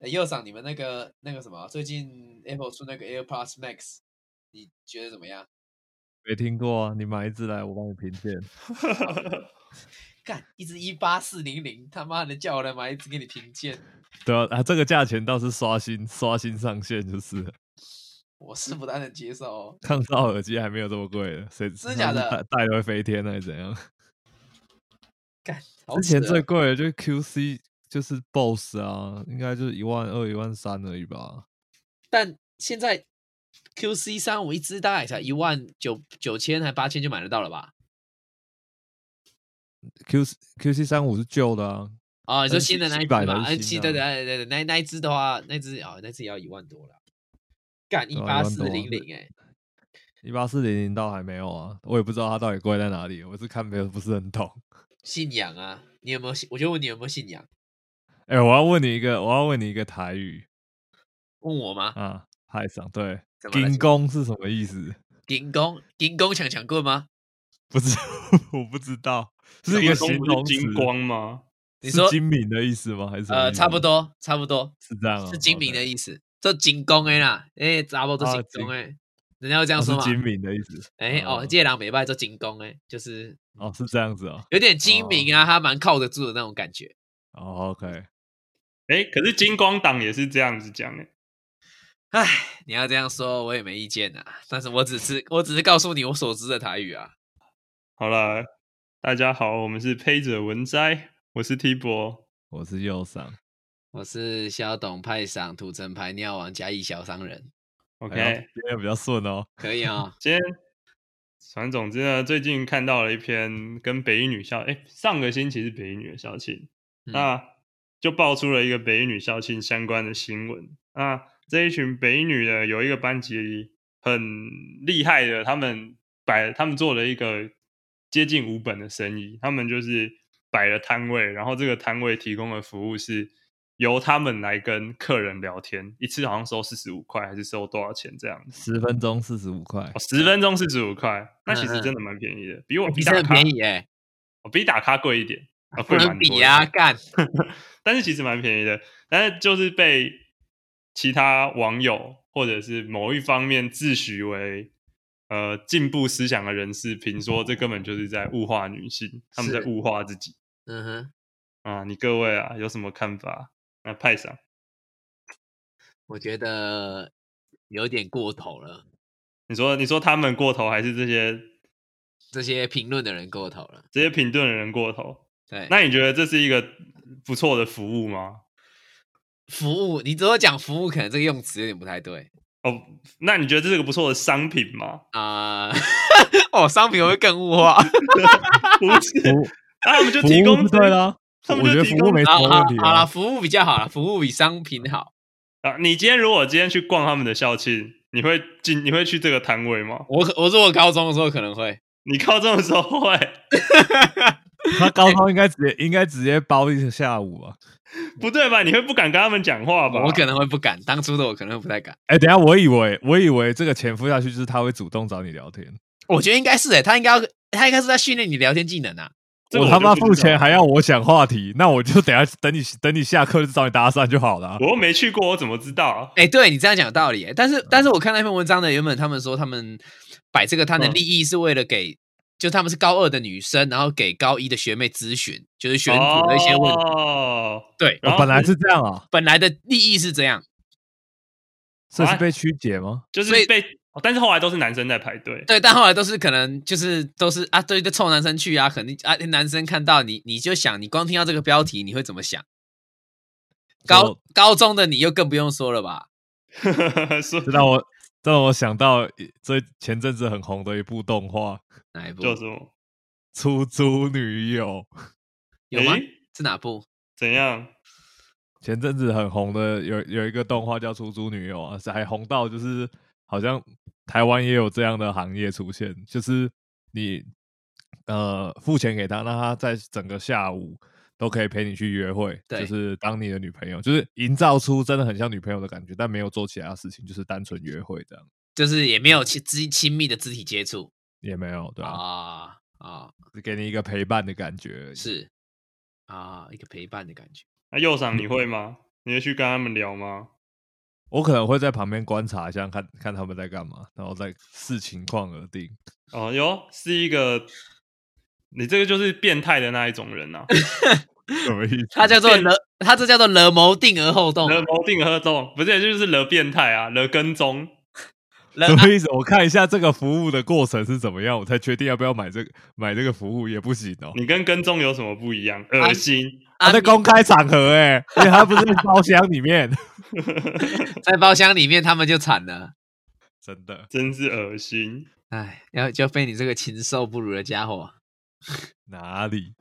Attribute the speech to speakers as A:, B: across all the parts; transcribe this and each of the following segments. A: 诶右赏，你们那个那个什么，最近 Apple 出那个 AirPods Max，你觉得怎么样？
B: 没听过，啊你买一只来，我帮你评鉴。
A: 干，一只一八四零零，他妈的叫我来买一只给你评鉴，
B: 对啊，啊，这个价钱倒是刷新刷新上限，就是了
A: 我是不太能接受、哦。
B: 抗噪耳机还没有这么贵的，谁
A: 真的假的
B: 戴 戴了会飞天还是怎样？
A: 干，好
B: 之前
A: 扯
B: 最
A: 哦
B: 贵的就是 QC，就是 BOSS 啊，应该就是一万二、一万三而已吧。
A: 但现在 QC 三五一只大概才一万九九千还八千就买得到了吧？
B: QC QC 三五是旧的啊，
A: 啊、你说
B: 但是
A: 新的那一只
B: 700
A: 吧？
B: 还
A: 哎，
B: 是
A: 七
B: 新
A: 对
B: 的
A: 对
B: 啊
A: 对对，那那一只的话，那只啊、哦，那只也要一万多了。干一
B: 对啊
A: 八
B: 1
A: 四
B: 万
A: 零
B: 多
A: 零哎，
B: 一八四零零倒还没有啊，我也不知道它到底贵在哪里，我是看别人不是很懂。
A: 信仰啊，你有没有信？我就问你有没有信仰？
B: 哎、我要问你一个，我要问你一个台语
A: 问我吗？
B: 啊，太上对，
A: 怎么了
B: 金工是什么意思？
A: 顶工顶工抢抢棍吗？
B: 不知，我不知道，是一
C: 金
B: 个
C: 光
B: 形
C: 不是
B: 容词，
C: 金光吗？
A: 你
B: 是
A: 说
B: 精明的意思吗？还是什么
A: 呃，
B: 意
A: 差
B: 思
A: 不多差不多
B: 是这样啊，
A: 是精明的
B: OK
A: 意思，这精工哎啦，哎，差不多
B: 啊
A: 精
B: 精
A: 工哎，人家会这样
B: 哦
A: 说
B: 是
A: 嘛？
B: 精明的意思
A: 哎哦，
B: 哦
A: 借狼北拜做精工哎，就是
B: 哦，是这样子哦。
A: 有点精明啊，他蛮靠得住的那种感觉。
B: 哦，OK，
C: 哎、可是金光党也是这样子讲哎、
A: 唉，你要这样说，我也没意见呐、啊但是我只是我只是告诉你我所知的台语啊。
C: 好啦，大家好，我们是胚者文摘，我是 T 博。
B: 我是右上。
A: 我是肖董派赏土城牌尿王嘉义小商人，
C: OK，、。
B: 哎呦今天比较顺哦。
A: 可以哦
C: 今天反正总之呢，最近看到了一篇跟北一女校，哎、上个星期是北一女的校庆，
A: 嗯
C: 那就爆出了一个北一女校庆相关的新闻。那这一群北一女的有一个班级很厉害的，他们摆他们做了一个接近无本的生意，他们就是摆了摊位，然后这个摊位提供的服务是。由他们来跟客人聊天，一次好像收四十五块，还是收多少钱这样子？
B: 十分钟四十五块
C: 哦，，十分钟四十五块，那其
A: 嗯
C: 实
A: 嗯
C: 真的蛮便宜的，比我
A: 你
C: 比
A: 是
C: 打
A: 很
C: 卡，
A: 便宜哎、
C: 我比打卡贵一点，啊，
A: 不
C: 贵蛮
A: 能
C: 多
A: 比
C: 的
A: 啊，干！
C: 但是其实蛮便宜的，但是就是被其他网友或者是某一方面自诩为呃进步思想的人士评说，这根本就是在物化女性，他们在
A: 是
C: 物化自己
A: 嗯哼，
C: 啊！你各位啊，有什么看法？那派上
A: 我觉得有点过头了，
C: 你说你说他们过头，还是这些
A: 这些评论的人过头了。
C: 这些评论的人过头？
A: 对，
C: 那你觉得这是一个不错的服务吗？
A: 服务，你只有讲服务，可能这个用词有点不太对
C: 哦，那你觉得这是个不错的商品吗？
A: 啊。 哦，商品会不会更物 化。
C: 不是，那我 们就
B: 服
C: 提
B: 务
C: 供
B: 是
C: 这
B: 对啦，
C: 他
B: 我
C: 们
B: 觉得
C: 就提
B: 服务
C: 供
B: 没什
A: 好
B: 么
A: 好
B: 问题
A: 好
B: 啊
A: 了，。服务比较好了，服务比商品 好。
C: 啊。你今天如果今天去逛他们的校庆，你会进你会去这个摊位吗？
A: 我可我说我高中的时候可能会，
C: 你靠这种时候会
B: 他高中应该直接应该直接包一个下午啊。
C: 不对吧？你会不敢跟他们讲话吧？
A: 我可能会不敢，当初的我可能会不太敢。
B: 哎，等一下，我以为我以为这个潜伏下去就是他会主动找你聊天，
A: 我觉得应该是诶、欸他应该要他应该是在训练你聊天技能啊。
C: 这个
B: 他妈
C: 就不
B: 付
C: 知道
B: 钱还要我想话题，那我就等下等你等你下课就找你搭讪就好了啊。
C: 我又没去过，我怎么知道啊？
A: 哎、对你这样讲有道理、欸，但
C: 嗯
A: 是但是我看那篇文章呢，原本他们说他们摆这个摊的
C: 嗯
A: 利益是为了给，就他们是高二的女生，然后给高一的学妹咨询，就是选组的一些问题。
C: 哦，
A: 对，
C: 然
B: 我
C: 后
B: 本来是这样啊，
A: 本来的利益是这样，
B: 所以
C: 啊
B: 是被曲解吗？
C: 就
A: 所以
C: 是被，哦但是后来都是男生在排队。
A: 对，但后来都是可能就是都是啊，对，就臭男生去啊，肯定啊，男生看到你，你就想，你光听到这个标题，你会怎么想？高
B: 就
A: 高中的你又更不用说了吧？
C: 说
B: 这让我这让我想到一最前阵子很红的一部动画
A: 哪一部？
C: 叫什么？
B: 《出租女友》，
A: 有吗？
C: 诶
A: 是哪部？
C: 怎样？
B: 前阵子很红的有有一个动画叫《出租女友》啊，是还红到就是好像台湾也有这样的行业出现，就是你呃付钱给他，让他在整个下午都可以陪你去约会，
A: 对
B: 就是当你的女朋友，就是营造出真的很像女朋友的感觉，但没有做其他事情，就是单纯约会这样，
A: 就是也没有亲亲亲密的肢体接触
B: 也没有对吧、
A: 啊啊，
B: 只给你一个陪伴的感觉而已。
A: 是啊，一个陪伴的感觉。
B: 嗯
C: 那右赏你会吗？你会去跟他们聊吗？
B: 我可能会在旁边观察一下，看看他们在干嘛，然后再视情况而 定。
C: 哦，哟，是一个，你这个就是变态的那一种人呐、啊，
B: 什么意思？
A: 他叫做
C: 变
A: 了，他这叫做了谋定而后动啊，
C: 惹谋定而动，不是就是惹变态啊，惹跟踪。
A: 了
B: 什
C: 啊
B: 么意思？我看一下这个服务的过程是怎么样，我才决定要不要买这个买这个服务也不行哦。
C: 你跟跟踪有什么不一样？恶心，
B: 他
A: 啊
B: 在公开场合哎、而且他不是在包厢里面，
A: 在包厢里面他们就惨了，
B: 真的
C: 真是恶心。
A: 哎，然后就被你这个禽兽不如的家伙，
B: 哪里？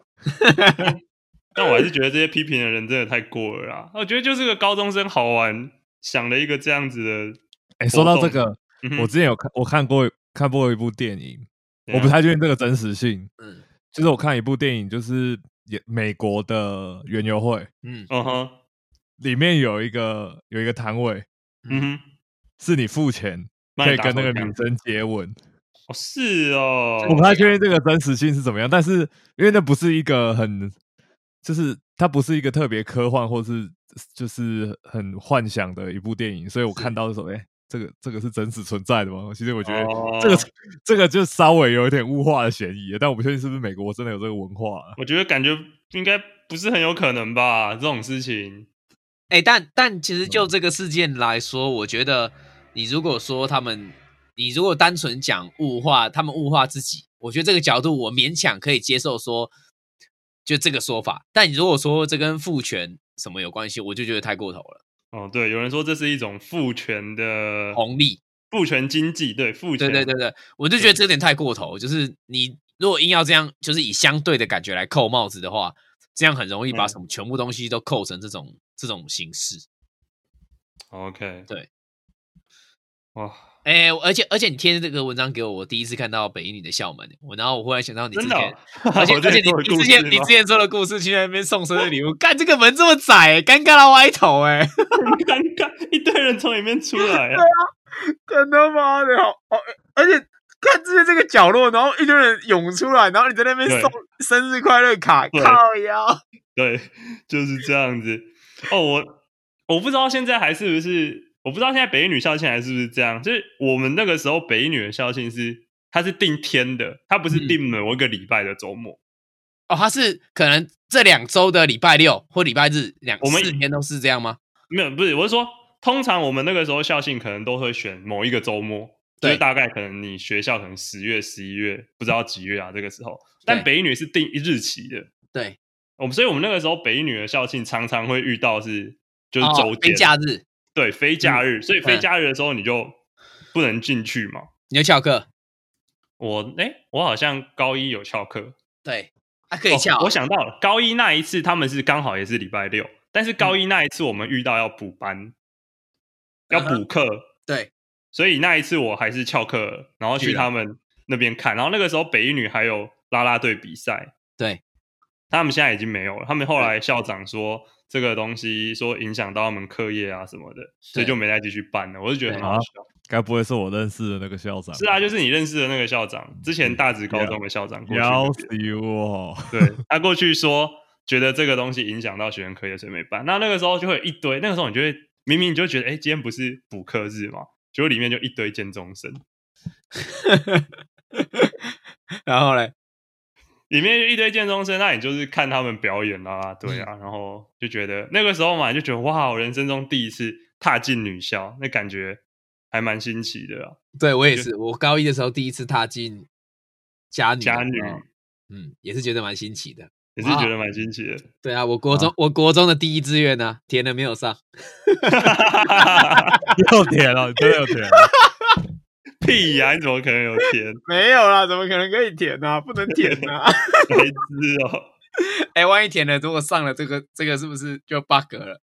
C: 但我还是觉得这些批评的人真的太过了啦。我觉得就是个高中生好玩，想了一个这样子的。
B: 哎、说到这个，
C: 嗯哼
B: 我之前有看，我看过看过一部电影，我不
C: 怎样
B: 太确定这个真实性。
A: 嗯
B: 就是我看一部电影，就是也美国的园游会，
A: 嗯，
C: 嗯哼，
B: 里面有一个有一个摊位，
C: 嗯哼，
B: 是你付钱
C: 帮
B: 可以
C: 你打
B: 跟那
C: 手
B: 个
C: 枪
B: 女生接吻。
C: 哦是哦，
B: 我不太确定这个真实性是怎么样，但是因为那不是一个很，就是它不是一个特别科幻或是就是很幻想的一部电影，所以我看到的时候，哎、这个这个是真实存在的吗？其实我觉得
C: 哦
B: 这个、这个就稍微有一点物化的嫌疑了，但我不确定是不是美国真的有这个文化啊、
C: 我觉得感觉应该不是很有可能吧，这种事情。
A: 哎、但但其实就这个事件来说，我觉得你如果说他们，你如果单纯讲物化，他们物化自己，我觉得这个角度我勉强可以接受说，就这个说法。但你如果说这跟父权什么有关系，我就觉得太过头了，
C: 哦，对，有人说这是一种父权的
A: 红利。
C: 父权经济，对父权，
A: 对对对对，我就觉得这有点太过头，就是你如果硬要这样，就是以相对的感觉来扣帽子的话，这样很容易把
C: 嗯
A: 什么全部东西都扣成这种这种形式。
C: ，OK，
A: 对，
C: 哇，
A: 哎、而且而且你贴这个文章给我，我第一次看到北一女的校门，欸我然后我忽然想到你之
C: 真
A: 前，
C: 的哦、
A: 而且
C: 我
A: 而且你
C: 做的
A: 你
C: 故
A: 之前
C: 事哦
A: 你
C: 吗
A: 之前说的故事，去那边送生日 礼物，干这个门这么窄、欸尴尬到歪头哎、
C: 尴尬，一堆人从里面出来、啊，
A: 真他妈的好，好而且看之前这个角落，然后一堆人涌出来，然后你在那边
C: 对
A: 送生日快乐卡，
C: 对
A: 靠腰。
C: 对，就是这样子。哦，我我不知道现在还是不是，我不知道现在北一女校庆还是不是这样。就是我们那个时候北一女的校庆是，它是定天的，它不是
A: 嗯
C: 定某一个礼拜的周末。
A: 哦，他是可能这两周的礼拜六或礼拜日两
C: 我们
A: 四天都是这样吗？
C: 没有，不是，我是说，通常我们那个时候校庆可能都会选某一个周末，就是
A: 对
C: 大概可能你学校可能十月、十一月，不知道几月啊，这个时候。
A: 对
C: 但北一女是定一日期的，
A: 对，
C: 我们所以我们那个时候北一女的校庆常常会遇到是就是周
A: 哦，非
C: 天
A: 假日
C: 对，非假日，所以非
A: 嗯
C: 假日的时候你就不能进去嘛。
A: 你就翘课，
C: 我哎、我好像高一有翘课，
A: 对，还、可以翘、
C: 哦。我想到了，高一那一次他们是刚好也是礼拜六，但是高一那一次我们遇到要补班，要
A: 嗯嗯哼
C: 补课，
A: 对，
C: 所以那一次我还是翘课了，然后
A: 去
C: 去
A: 了
C: 他们那边看。然后那个时候北一女还有啦啦队比赛，
A: 对，
C: 他们现在已经没有了。他们后来校长说这个东西说影响到他们课业啊什么的，所以
A: 对
C: 就没再继续办了。我就觉得很
A: 对
C: 好
B: 啊
C: 笑。
B: 该不会是我认识的那个校长？
C: 是啊，就是你认识的那个校长，之前大直高中的校长过去那
B: 要
C: 边，
B: 死我！
C: 对他过去说，觉得这个东西影响到学生课业，所以没办。那那个时候就会有一堆，那个时候你就会明明你就觉得，哎、今天不是补课日嘛，结果里面就一堆建中生，
A: 然后嘞，
C: 里面就一堆建中生，那你就是看他们表演啦、对啊，然后就觉得那个时候嘛，就觉得哇，我人生中第一次踏进女校，那感觉还蛮新奇的啊，
A: 对我也是，我高一的时候第一次踏进家女的
C: 家
A: 时
C: 女
A: 候嗯，也是觉得蛮新奇的。
C: 也是觉得蛮新奇的。
A: 对啊，我国中、我国中的第一志愿呢、填了没有上，
B: 又甜了，真的又甜了。
C: 屁呀、你怎么可能有填？
A: 没有啦，怎么可能可以填呢、不能填呢、啊。
C: 白痴哦、
A: 哎、万一填了，如果上了这个这个是不是就 bug 了？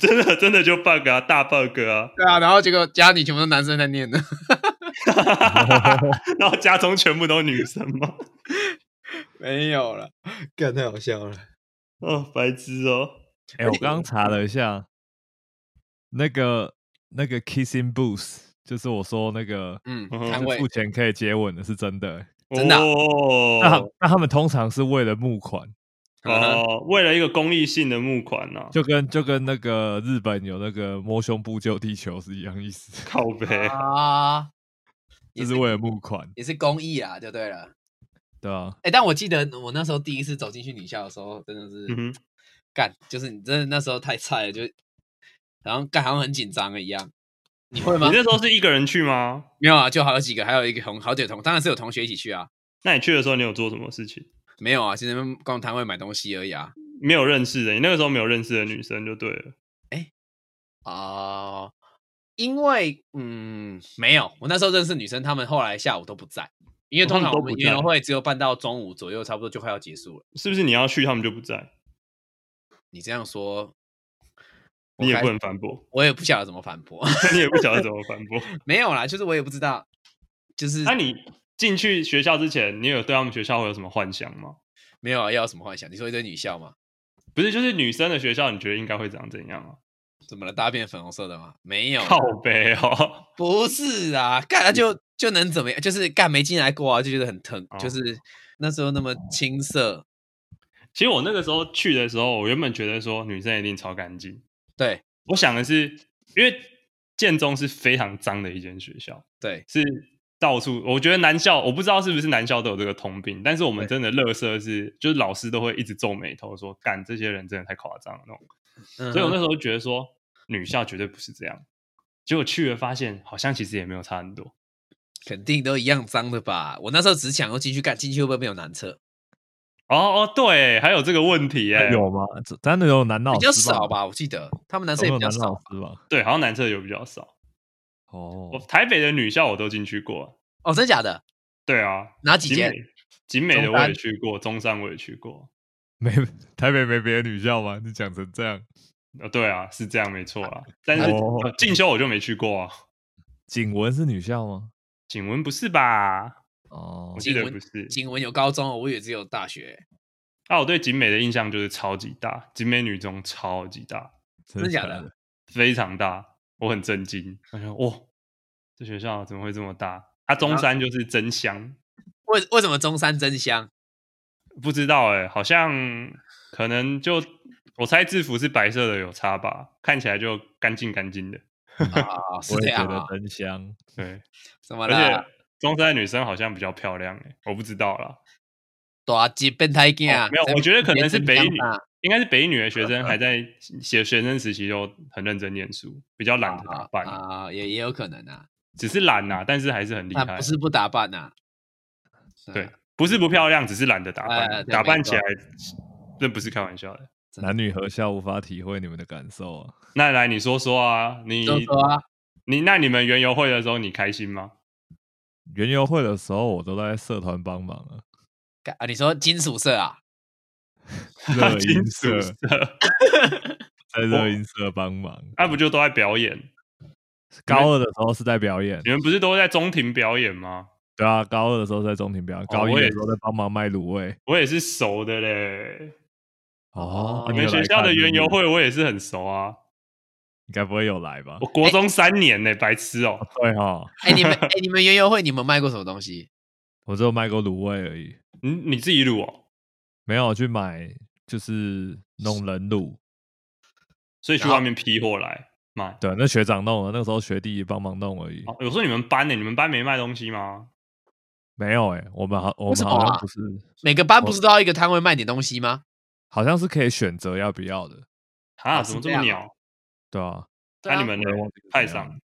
C: 真的真的就 bug 啊，大 bug 啊，
A: 对啊，然后结果家女全部都男生在念的。
C: 然后家中全部都女生嘛，
A: 没有了，干太好笑了。
C: 哦，白痴哦，
B: 哎、我刚刚查了一下，那个那个 kissing booth，就是我说那个
A: 嗯，
C: 嗯哼
A: 摊
B: 就
A: 位
B: 付钱可以接吻的，是真的欸、
A: 真的啊
C: 哦
B: 那他那他们通常是为了募款，
A: 嗯
C: 哦，为了一个公益性的募款呐、啊，
B: 就跟就跟那个日本有那个摸胸部救地球是一样意思，
C: 靠背。
A: 啊，也
B: 就是为了募款，
A: 也是公益啊，就对了。
B: 对啊，
A: 哎、但我记得我那时候第一次走进去女校的时候，真的是
C: 嗯哼，
A: 干、就是你真的那时候太菜了，就然后干好像很紧张了一样。你会吗
C: 你？那时候是一个人去吗？
A: 没有啊，就好几个，还有一个同好几个同，当然是有同学一起去啊。
C: 那你去的时候，你有做什么事情？
A: 没有啊，其实那边逛摊位买东西而已啊。
C: 没有认识的，你那个时候没有认识的女生就对了。
A: 啊、因为嗯，没有，我那时候认识女生，她们后来下午都不在，因为
C: 哦
A: 通
C: 她
A: 常
C: 们
A: 我
C: 都
A: 们
C: 不
A: 运
C: 在
A: 动会只有办到中午左右，差不多就快要结束了。
C: 是不是你要去，他们就不在，
A: 你这样说，我
C: 你也
A: 该
C: 不能反驳，
A: 我也不晓得怎么反驳。
C: 你也不晓得怎么反驳。
A: 没有啦，就是我也不知道，就是
C: 那、啊你进去学校之前，你有对他们学校会有什么幻想吗？
A: 没有啊，要有什么幻想？你说一堆女校吗？
C: 不是，就是女生的学校，你觉得应该会长怎样啊？
A: 怎么了？大便粉红色的吗？没有啊，
C: 靠背哦，
A: 不是啊，干他就就能怎么样？就是干没进来过啊，就觉得很疼，就
C: 哦
A: 是那时候那么青涩，
C: 其实我那个时候去的时候，我原本觉得说女生一定超干净，
A: 对
C: 我想的是，因为建中是非常脏的一间学校，
A: 对，
C: 是到处，我觉得男校，我不知道是不是男校都有这个通病，但是我们
A: 对
C: 真的乐色是，就是老师都会一直皱眉头说，干这些人真的太夸张了那种。
A: 所
C: 所以我那时候觉得说，女校绝对不是这样。结果去了发现，好像其实也没有差很多。
A: 肯定都一样脏的吧？我那时候只想要进去干，进去会不会没有男厕？
C: 哦哦，对，还有这个问题欸耶、
B: 有吗？这真的有男老
A: 比
B: 师
A: 较少？吧，我记得他们男
B: 有
A: 生
B: 没
A: 也
B: 有
A: 比较
B: 男
A: 少
B: 老
A: 吧。
B: 师吧？
C: 对，好像男厕有比较少。
B: 哦
C: 我，台北的女校我都进去过，
A: 哦，真假的？
C: 对啊，
A: 哪几
C: 景
A: 间
C: 美？景美的
A: 中
C: 我
A: 山
C: 也去过，中山我也去过。
B: 没 台北没别的女校吗？你讲成这样，
C: 呃，对啊，是这样没错啊。但是
B: 哦
C: 呃
A: 嗯
C: 进、修我就没去过啊。
B: 景文是女校吗？
C: 景文不是吧？
B: 哦
C: 我，记得
A: 景文
C: 不是。
A: 景文有高中哦，我以为只有大学，
C: 啊，我对景美的印象就是超级大，景美女中超级大，
B: 真
A: 真的假的？
C: 非常大，我很震惊。我想，哇，这学校怎么会这么大？啊，中山就是真香，
A: 为为什么中山真香？
C: 不知道哎、好像可能就我猜制服是白色的有差吧，看起来就干净干净的。
A: 啊，是
B: 我
A: 这
B: 也觉
A: 样
B: 得
A: 啊？
B: 真香。
C: 对，
A: 怎么
C: 而且
A: 啦？
C: 中山的女生好像比较漂亮哎、我不知道啦。
A: 大吉变态镜啊
C: 哦！没有我觉得可能是北
A: 真香
C: 女
A: 啊
C: 应该是北女的学生还在
A: 嗯
C: 学学生时期就很认真念书，比较懒得打扮，
A: 啊，也也有可能啊，
C: 只是懒呐、但是还是很厉
A: 那
C: 害
A: 啊不。是不打扮呐，是啊
C: 对，，不是不漂亮，只是懒得打扮，
A: 哎对
C: 打扮
A: 没错
C: 起来这不是开玩笑的。
A: 真的
B: 男女合校无法体会你们的感受啊！
C: 那来你说说啊，你
A: 就说啊，
C: 你那你们园游会的时候你开心吗？
B: 园游会的时候，我都在社团帮忙 啊，
A: 干啊，你说金属色啊，
B: 热
C: 金
B: 音社
C: 属社，
B: 在热音社帮忙。
C: 那啊不就都在表演？
B: 高二的时候是在表演
C: 你，们不是都在中庭表演吗？
B: 对啊，高二的时候是在中庭表演，高一
C: 哦我
B: 的
C: 也
B: 时候在帮忙卖卤味。
C: 我也是熟的嘞，
A: 哦
B: 哦，啊
C: 你
B: 有
C: 们学
B: 来
C: 校
B: 看
C: 的
B: 是不
C: 园游
B: 是
C: 会我也是很熟啊，
B: 你该不会有来吧
C: 我？国中三年呢，白痴哦、
B: 对哈，
A: 哎，你们哎，你们园游会你们卖过什么东西？
B: 我只有卖过卤味而已，
C: 你你自己卤哦、
B: 没有去买，就是弄人卤。
C: 所以去
A: 然后
C: 外面批货来卖。
B: 对，那学长弄了，那个时候学弟帮忙弄而已。
C: 哦，有时候你们班呢、你们班没卖东西吗？
B: 没有哎、我们好，我
A: 为
B: 们
A: 什么
B: 好
A: 啊
B: 像不是，
A: 每个班不是都要一个摊位卖点东西吗？
B: 好像是可以选择要不要的，
C: 啊，
A: 哦
C: 怎
A: 是
C: 么
A: 这
C: 这么
A: 样啊
C: 鸟？
B: 对啊。
A: 对啊
C: 那你们呢
B: 我也忘记是
C: 派
B: 怎样
C: 上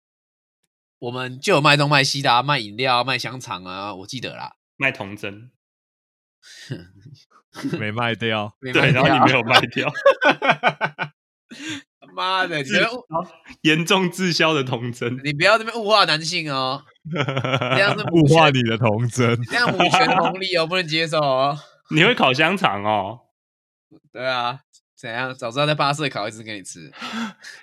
A: 我们就有卖东卖西的啊，卖饮料啊，卖香肠啊，我记得啦。
C: 卖童针，
B: 没卖掉，
A: 没
C: 对，
A: 卖
C: 然后
A: 掉
C: 你没有卖掉，
A: 妈的，你不
C: 滞
A: 要误
C: 严重滞销的童针。
A: 你不要这边物化男性哦，这样是
B: 物
A: 母
B: 化
A: 权，
B: 你的童 真。
A: 这样母权红利哦，不能接受哦。
C: 你会烤香肠哦？
A: 对啊，怎样？早知道在八岁烤一只给你吃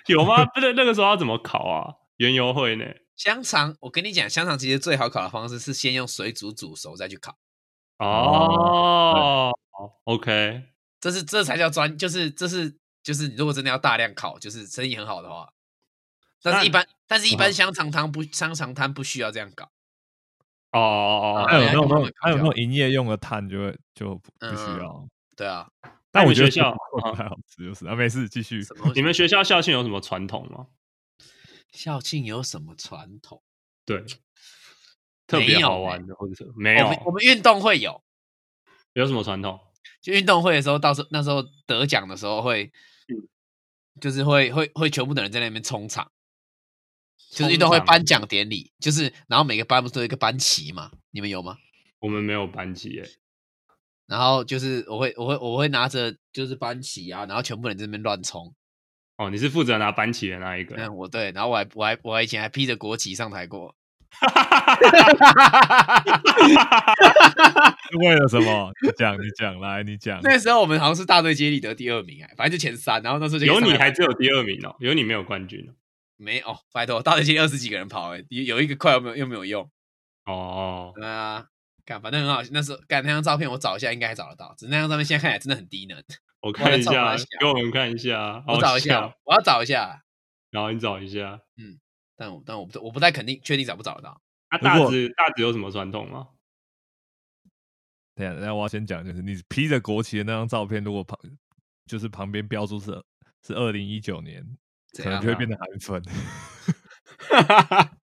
C: 有吗？不是那个时候要怎么烤啊？园游会呢？
A: 香肠。我跟你讲，香肠其实最好烤的方式是先用水煮煮熟再去烤，
C: 哦，OK，
A: 这是这才叫专，就是这是就是你如果真的要大量烤，就是生意很好的话。但
C: 那
A: 是一般，但是一
C: 啊
A: 般香肠摊不香肠摊不需要这样搞，
C: 哦哦哦
A: 啊
B: 还有
A: 人
B: 那
A: 家
B: 种
A: 根本
B: 那
A: 没
B: 种，还有那
A: 烤
B: 种营业用的碳就会就不不需
A: 嗯
B: 要。
A: 对啊，
B: 但
C: 你
B: 我
C: 们
B: 觉得
C: 学校
B: 不太好吃，就是啊，没事，继续。
A: 什么东西
C: 嗯你们学校校庆有什么传统吗？
A: 校庆有什么传统？
C: 对，特
A: 没
C: 别
A: 有
C: 好
A: 欸
C: 玩的，或者是没
A: 我
C: 有啊
A: 们我们运动会有，
C: 有什么传统？
A: 就运动会的时候，到时候那时候得奖的时候会，
C: 嗯
A: 就是会会会全部的人在那边冲场，就是运
C: 冲
A: 动会
C: 场
A: 颁奖典礼，就是然后每个班不是都有一个班旗嘛，你们有吗？
C: 我们没有班级欸耶，
A: 然后就是我会我会我会拿着就是班旗啊，然后全部人在那边乱冲，
C: 哦，你是负责拿班旗的那一个，
A: 嗯，我对，然后我还我还我还以前还披着国旗上台过，
B: 是 为了什么？你讲，你讲，来，你讲。
A: 那时候我们好像是大队接力得第二名哎、反正就前三，然后那时候就可以
C: 有
A: 上
C: 你
A: 台
C: 还只有第二名哦，有你没有冠军哦
A: 没哦，拜托大队接力二十几个人跑哎、有有一个快又没有又没有用。
C: 哦。
A: 啊，干，反正很好。那时候干那张照片，我找一下应该还找得到。只是那张照片现在看起来真的很低能。
C: 我看一
A: 我来找
C: 下
A: 一下，
C: 给我们看一下，啊
A: 我
C: 好
A: 找一
C: 笑
A: 下，，我要找一下，
C: 然后你找一下。
A: 但我但我不我不太肯定确定找不找得到。
C: 啊，
B: 如
C: 大
B: 果
C: 直大直有什么传统吗？
B: 等一下，等一下，我要先讲，就是你披着国旗的那张照片，如果旁就是旁边标注是是二零一九年，
A: 怎
B: 可能
A: 样
B: 就会
A: 啊？
B: 变得韩粉，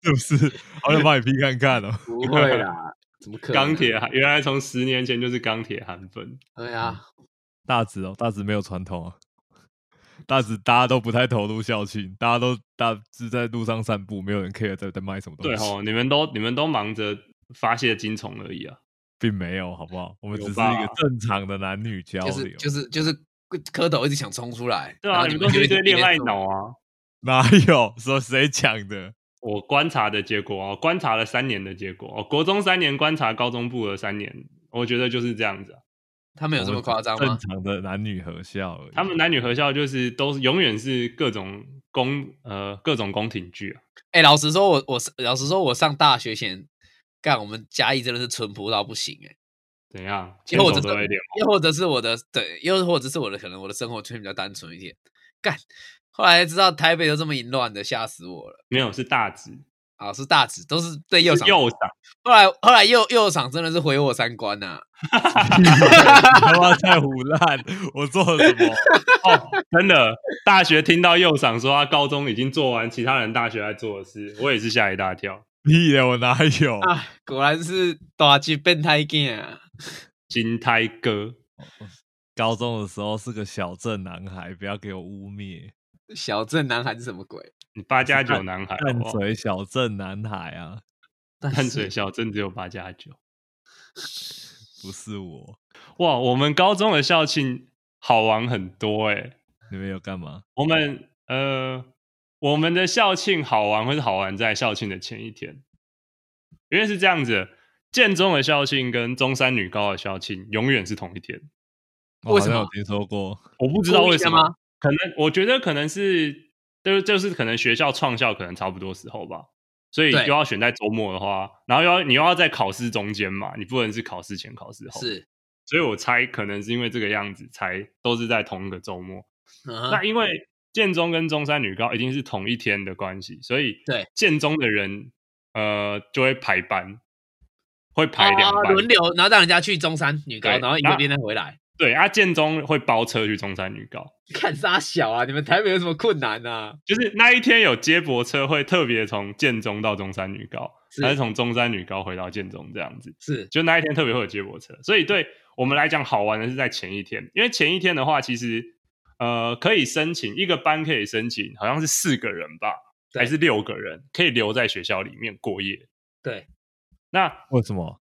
B: 是不是？ 好想帮你 P 看看哦。
A: 不会啦，怎么可能？
C: 钢铁韩原来从十年前就是钢铁韩粉，
A: 对啊，
B: 大直哦，大直没有传统啊。 大直大家都不太投入校庆，大家都大只在路上散步，没有人 care 在在卖什么东
C: 对
B: 西，
C: 哦，你们都你们都忙着发泄精虫而已啊。
B: 并没有，好不好？我们
C: 有
B: 只是一
C: 吧
B: 个正常的男女交流，
A: 就是就是就是蝌蚪一直想冲出来，
C: 嗯对
A: 然
C: 啊，
A: 后
C: 你们
A: 们
C: 都
A: 就是
C: 一
A: 一
C: 堆
A: 直
C: 恋爱
A: 边
C: 脑啊。
B: 哪有说谁抢的？
C: 我观察的结果啊，我观察了三年的结果，哦，国中三年观察高中部的三年，我觉得就是这样子、啊。
A: 他们有这么夸张
B: 正
A: 吗？
B: 常的男女合校而已，
C: 他们男女合校就是都是永远是各种宫呃各种宫廷剧啊，
A: 哎、老实说我，我老实说，我上大学前，干我们嘉义真的是淳朴到不行哎、
C: 怎样
A: 因
C: 牵
A: 哦为我
C: 手
A: 真
C: 都
A: 的
C: 会流。
A: 又或者是我的对，又或者是我的可能我的生活圈比较单纯一点。干，后来才知道台北都这么淫乱的，吓死我了
C: 没有是大直，
A: 啊！是大直，都是对右
C: 是
A: 场。
C: 右赏，
A: 后来后来右右场真的是毁我三观呐、
B: 你他妈在胡乱， 我做了 什么？
C: 哦，真的，大学听到右赏说他啊高中已经做完其他人大学在做的事，我也是吓一大跳。
B: 屁的，我哪有？
A: 啊！果然是大吉变态 g 啊！
C: 金胎哥，
B: 高中的时候是个小镇男孩，不要给我污蔑，
A: 小镇男孩是什么鬼？
C: 你八加九男孩
A: 哎
C: 好
B: 淡
C: 不好？
B: 水小镇男孩啊，
A: 但
C: 淡
A: 是
C: 水小镇只有八加九。
B: 不是我。
C: 哇，我们高中的校庆好玩很多哎、
B: 你们有干嘛？
C: 我们呃，我们的校庆好玩会是好玩在校庆的前一天，因为是这样子，建中的校庆跟中山女高的校庆永远是同一天，
B: 我
A: 为
B: 哦好
A: 什
B: 像
A: 么
B: 有听说过？
C: 我不知道为
A: 故意
C: 什
A: 的
C: 么
A: 吗，
C: 可能我觉得可能是就是就是可能学校创校可能差不多时候吧。所以
A: 对
C: 又要选在周末的话，然后又要你又要在考试中间嘛，你不能是考试前考试后，
A: 是，
C: 所以我猜可能是因为这个样子，才都是在同一个周末。
A: 嗯
C: 那
A: 哼，
C: 因为建中跟中山女高一定是同一天的关系，所以
A: 对
C: 建中的人呃就会排班，会排两
A: 哦
C: 班，
A: 轮流，然后让人家去中山女高，
C: 对
A: 然后一
C: 那
A: 个边再回来。
C: 对啊，建中会包车去中山女高，
A: 看沙小啊！你们台北有什么困难啊？
C: 就是那一天有接驳车会特别从建中到中山女高，
A: 是
C: 还是从中山女高回到建中这样子，
A: 是
C: 就那一天特别会有接驳车，所以对我们来讲好玩的是在前一天，因为前一天的话其实。呃，可以申请一个班，可以申请，好像是四个人吧，
A: 对
C: 还是六个人可以留在学校里面过夜。
A: 对，
C: 那
B: 为什么？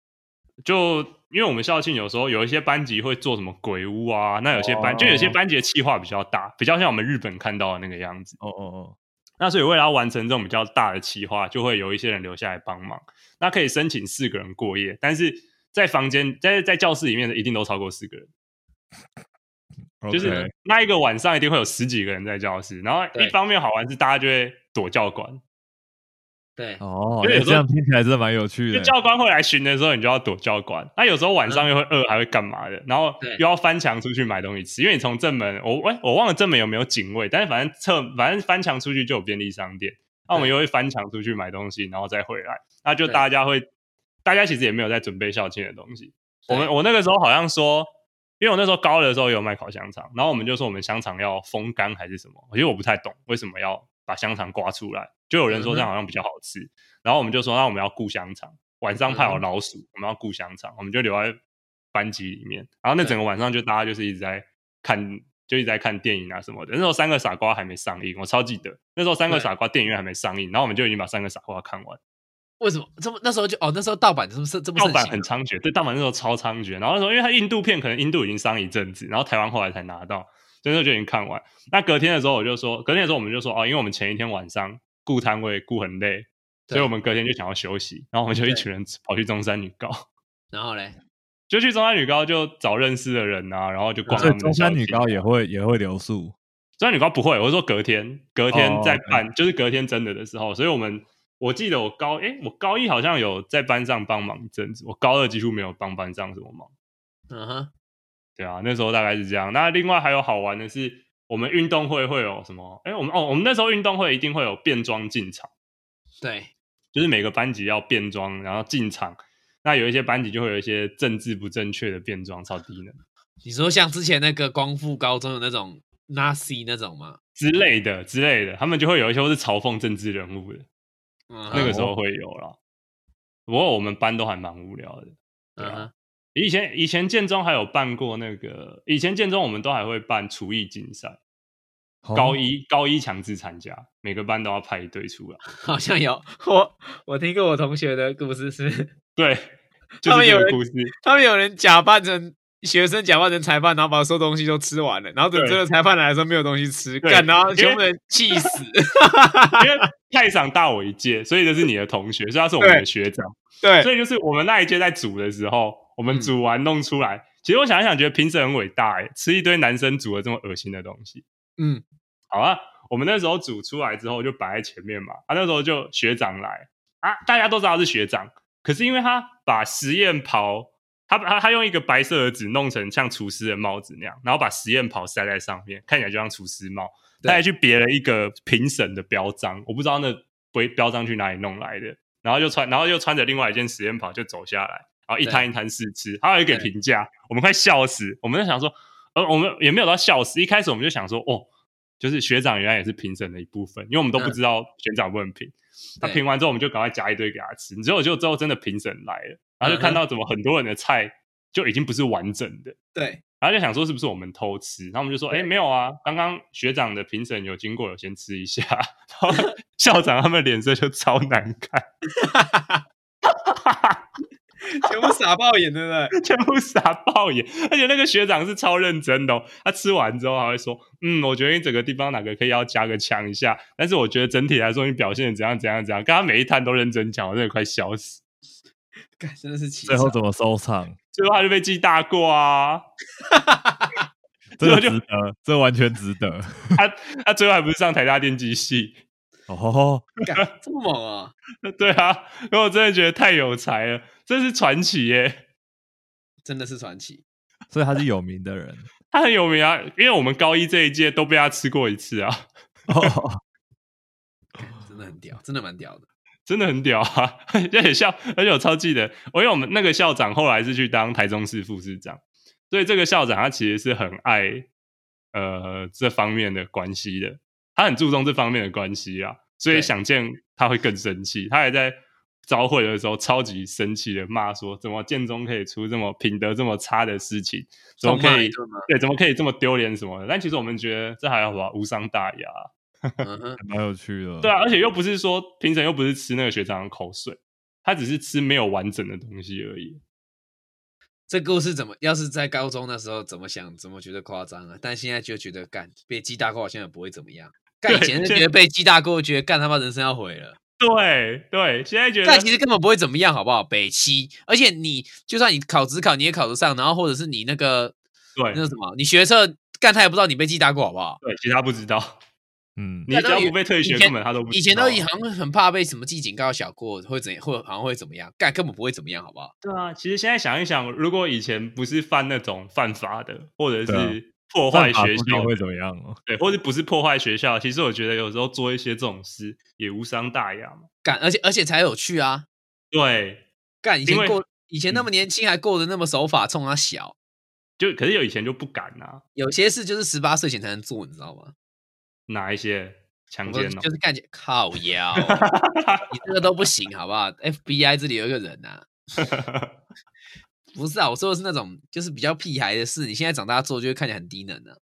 C: 就因为我们校庆有时候有一些班级会做什么鬼屋啊，那有些班、
B: 哦
C: 就有些班级的气化比较大，比较像我们日本看到的那个样子。
B: 哦哦哦，
C: 那所以为了要完成这种比较大的企划，就会有一些人留下来帮忙。那可以申请四个人过夜，但是在房间在在教室里面的一定都超过四个人，就
B: 哦 OK
C: 是那一个晚上一定会有十几个人在教室。然后
A: 对
C: 一方面好玩是大家就会躲教官，
A: 对，
B: 哦，
C: 因为
B: 哎
C: 有时候
B: 这样听起来真的蛮有趣
C: 就
B: 的。
C: 教官会来巡的时候，你就要躲教官。那有时候晚上又会饿，还会干嘛的？然后
A: 嗯对
C: 又要翻墙出去买东西吃，因为你从正门，我哎、我忘了正门有没有警卫，但是反正侧反正翻墙出去就有便利商店，那我们
A: 对
C: 又会翻墙出去买东西，然后再回来。那就
A: 对
C: 大家会，大家其实也没有在准备校庆的东西。我
A: 对
C: 们我那个时候好像说，因为我那时候高二的时候有卖烤香肠，然后我们就说我们香肠要风干还是什么，其实我不太懂为什么要把香肠刮出来，就有人说这
A: 嗯
C: 样好像比较好吃，然后我们就说那我们要顾香肠，晚上怕有老鼠，我们要顾香肠，我们就留在班级里面，然后那整个晚上就大家就是一直在看，就一直在看电影啊什么的。那时候《三个傻瓜》还没上映，我超记得那时候《三个
A: 对
C: 傻瓜》电影院还没上映，然后我们就已经把《三个傻瓜》看完。
A: 为什么这么那时候就哦那时候盗版这么盛这么
C: 盗
A: 盛
C: 版
A: 行
C: 很
A: 啊
C: 猖獗，对，盗版那时候超猖獗。然后那时候因为它印度片可能印度已经上一阵子，然后台湾后来才拿到，所以那时候就已经看完。那隔天的时候我就说，隔天的时候我们就说哦，因为我们前一天晚上顾摊位顾很累，
A: 对
C: 所以我们隔天就想要休息，然后我们就一群人跑去中山女高，
A: 然后嘞，
C: 就去中山女高就找认识的人啊，然后就逛
B: 所
C: 他
B: 以
C: 们的
B: 中山
C: 小
B: 女
C: 街
B: 高也会也会留宿，
C: 中山女高不会，我是说隔天，隔天
B: 哦
C: 再办，就是隔天真的的时候，所以我们我记得我高诶，我高一好像有在班上帮忙一阵子，我高二几乎没有帮班上什么忙。
A: 嗯哼，
C: 对啊，那时候大概是这样。那另外还有好玩的是，我们运动会会有什么？哎，我们哦，我们那时候运动会一定会有变装进场，
A: 对，
C: 就是每个班级要变装，然后进场。那有一些班级就会有一些政治不正确的变装，超低能
A: 你说像之前那个光复高中的那种 Nazi 那种吗？
C: 之类的之类的，他们就会有一些是嘲讽政治人物的，
A: 嗯哼
C: 那个时候会有啦。不过我们班都还蛮无聊的。对
A: 嗯
C: 啊
A: 哼，
C: 以前以前建中还有办过那个，以前建中我们都还会办厨艺竞赛，
B: 哦
C: 高一高一强制参加，每个班都要派一队出来。
A: 好像有 我我听过我同学的故事是，
C: 对，就
A: 他们
C: 是这
A: 有
C: 个
A: 人
C: 故事。
A: 他们有人假扮成。学生假扮成裁判，然后把所有东西都吃完了，然后等
C: 对
A: 这个裁判来的时候没有东西吃，
C: 对
A: 干，然后
C: 因为
A: 全部人气 死。
C: 因为太长大我一届，所以这是你的同学，所以他是我们的学长。
A: 对，嗯
C: 所以就是我们那一届在煮的时候，我们煮完弄出来，其实我想一想，觉得评审很伟大哎、吃一堆男生煮的这么恶心的东西。
A: 嗯，
C: 好啊，我们那时候煮出来之后就摆在前面嘛，啊那时候就学长来啊，大家都知道他是学长，可是因为他把实验袍。他把他他用一个白色的纸弄成像厨师的帽子那样，然后把实验袍塞在上面，看起来就像厨师帽。
A: 对
C: 他还去别了一个评审的标章，我不知道那标标章去哪里弄来的，然后就穿，然后又穿着另外一件实验袍就走下来，然后一
A: 对
C: 摊一摊试吃，还有一个
A: 对
C: 评价，我们快笑死，我们在想说，呃，我们也没有到笑死，一开始我们就想说，哦，就是学长原来也是评审的一部分，因为我们都不
A: 嗯
C: 知道学长不能评，他
A: 对
C: 评完之后我们就赶快夹一堆给他吃，结果就之后真的评审来了，然后就
A: 嗯哼
C: 看到怎么很多人的菜就已经不是完整的，
A: 对，
C: 然后就想说是不是我们偷吃，然后我们就说，哎、
A: 对
C: 没有啊，刚刚学长的评审有经过，有先吃一下。 然后校长他们脸色就超难看，
A: 全部傻爆眼，对不对？
C: 全部傻爆眼。而且那个学长是超认真的、哦，他吃完之后还会说，嗯，我觉得你整个地方哪个可以要加个强一下，但是我觉得整体来说你表现得怎样怎样怎样。刚刚每一摊都认真讲，我真的快笑死。
A: 干真的是奇
B: 最后
A: 葩。
B: 怎么收场？
C: 最后他就被记大过啊，
B: 这个
C: 最
B: 值
C: 后就
B: 得，这完全值得。
C: 他他最后还不是上台大电机系。
B: 哦，
A: 干这么猛啊！
C: 对啊，因为我真的觉得太有才了，这是传奇耶。
A: 真的是传奇。
B: 所以他是有名的 人。
C: 他很有名啊，因为我们高一这一届都被他吃过一次啊，
B: 哦，
A: 真的很屌，真的蛮屌的。
C: 真的很屌啊！ 而且校，而且我超记得，我因为我们那个校长后来是去当台中市副市长，所以这个校长他其实是很爱呃这方面的关系的，他很注重这方面的关系啊，所以
A: 对
C: 想见他会更生气，他还在。招会的时候超级生气的骂说：“怎么建中可以出这么品德这么差的事情？怎么
A: 重骂
C: 可以
A: 一顿吗？
C: 对，怎么可以这么丢脸什么的？但其实我们觉得这还好吧，无伤大雅。啊
A: 嗯哼，
B: 蛮有趣的。
C: 对啊，而且又不是说评审又不是吃那个学长的口水，他只是吃没有完整的东西而已。
A: 这故事怎么？要是在高中那时候怎么想，怎么觉得夸张啊？但现在就觉得干被鸡大过好像也不会怎么样。干
C: 对
A: 以前就
C: 现
A: 觉得被鸡大过，觉得干他妈人生要毁了。
C: 对对，啊现在觉得
A: 但其实根本不会怎么样，好不好？北七，而且你就算你考职考你也考得上，然后或者是你那个
C: 对
A: 那个什么，你学测干他也不知道你被鸡大过，好不好？
C: 对，其实他不知道，
B: 嗯，
C: 你
A: 那
C: 只要
A: 以
C: 不被退学，
A: 以前
C: 根本他都不知道啊
A: 以前都好像很怕被什么记警告、小过会怎会好像会怎么样，干根本不会怎么样，好不好？
C: 对啊。其实现在想一想，如果以前不是犯那种犯法的，或者
B: 对啊
C: 是破坏
B: 犯法
C: 学
B: 不定
C: 校
B: 会
C: 的，
B: 怎么样哦？
C: 对，或者不是破坏学校，其实我觉得有时候做一些这种事也无伤大雅嘛。
A: 干，而且而且才有趣啊！
C: 对，
A: 干以
C: 因为
A: 前过以前那
C: 嗯
A: 么年轻还过得那么守法，冲他小，
C: 就可是有以前就不敢啊，
A: 有些事就是十八岁前才能做，你知道吗？
C: 哪一些强
A: 我
C: 奸哦
A: 就？是干起靠 腰，你这个都不行，好不好？FBI 这里有一个人呐、 啊，不是啊，我说的是那种就是比较屁孩的事，你现在长大做就会看起来很低能的、啊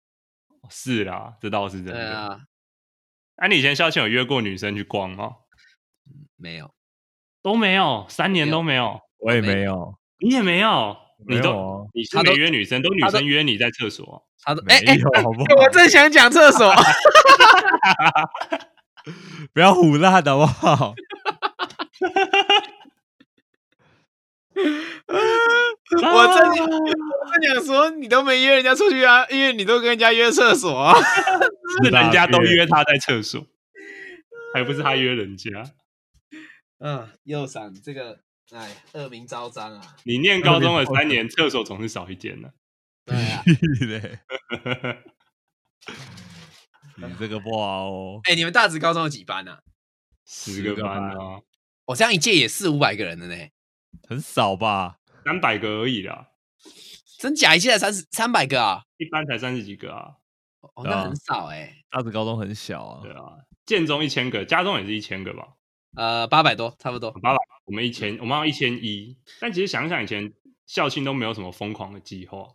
C: 是啦，这倒是真
A: 对
C: 的。
A: 啊，
C: 哎、你以前校庆有约过女生去逛吗？
A: 没有，
C: 都没有，三年都没有，
B: 我也
A: 没
B: 没有，
C: 你也没有，你
B: 没
C: 都
B: 有啊
C: 你是
A: 他都
C: 没约女生，都女
A: 他都
C: 生约你在厕所。啊
A: 他都哎
B: 没
A: 哎，
B: 有，好 不好？
A: 我正想讲厕 所，
B: 不要胡乱好不好？
A: 我正想我正想说你都没约人家出去啊，因为你都跟人家约厕所、啊。
C: 是人家都约他在厕所，还不是他约人家。
A: 嗯，右闪这个，哎，恶名昭彰啊！
C: 你念高中的三年，厕所总是少一间的。
A: 对 啊，
B: 屁嘞！ 你这个不好哦，
A: 哎、你们大直高中有几班啊？
C: 十个班啊，
A: 我这样一届也四五百个人了呢，
B: 很少吧？
C: 三百个而已啦，
A: 真假一届才三十三百个啊，
C: 一般才三十几个啊。
A: 哦，
B: 对啊
A: 那很少哎、
B: 大直高中很小啊
C: 对，啊，建中一千个，家中也是一千个吧。
A: 呃，八百多，差不多。
C: 我们以前我们要一千一，但其实想想以前校庆都没有什么疯狂的计划。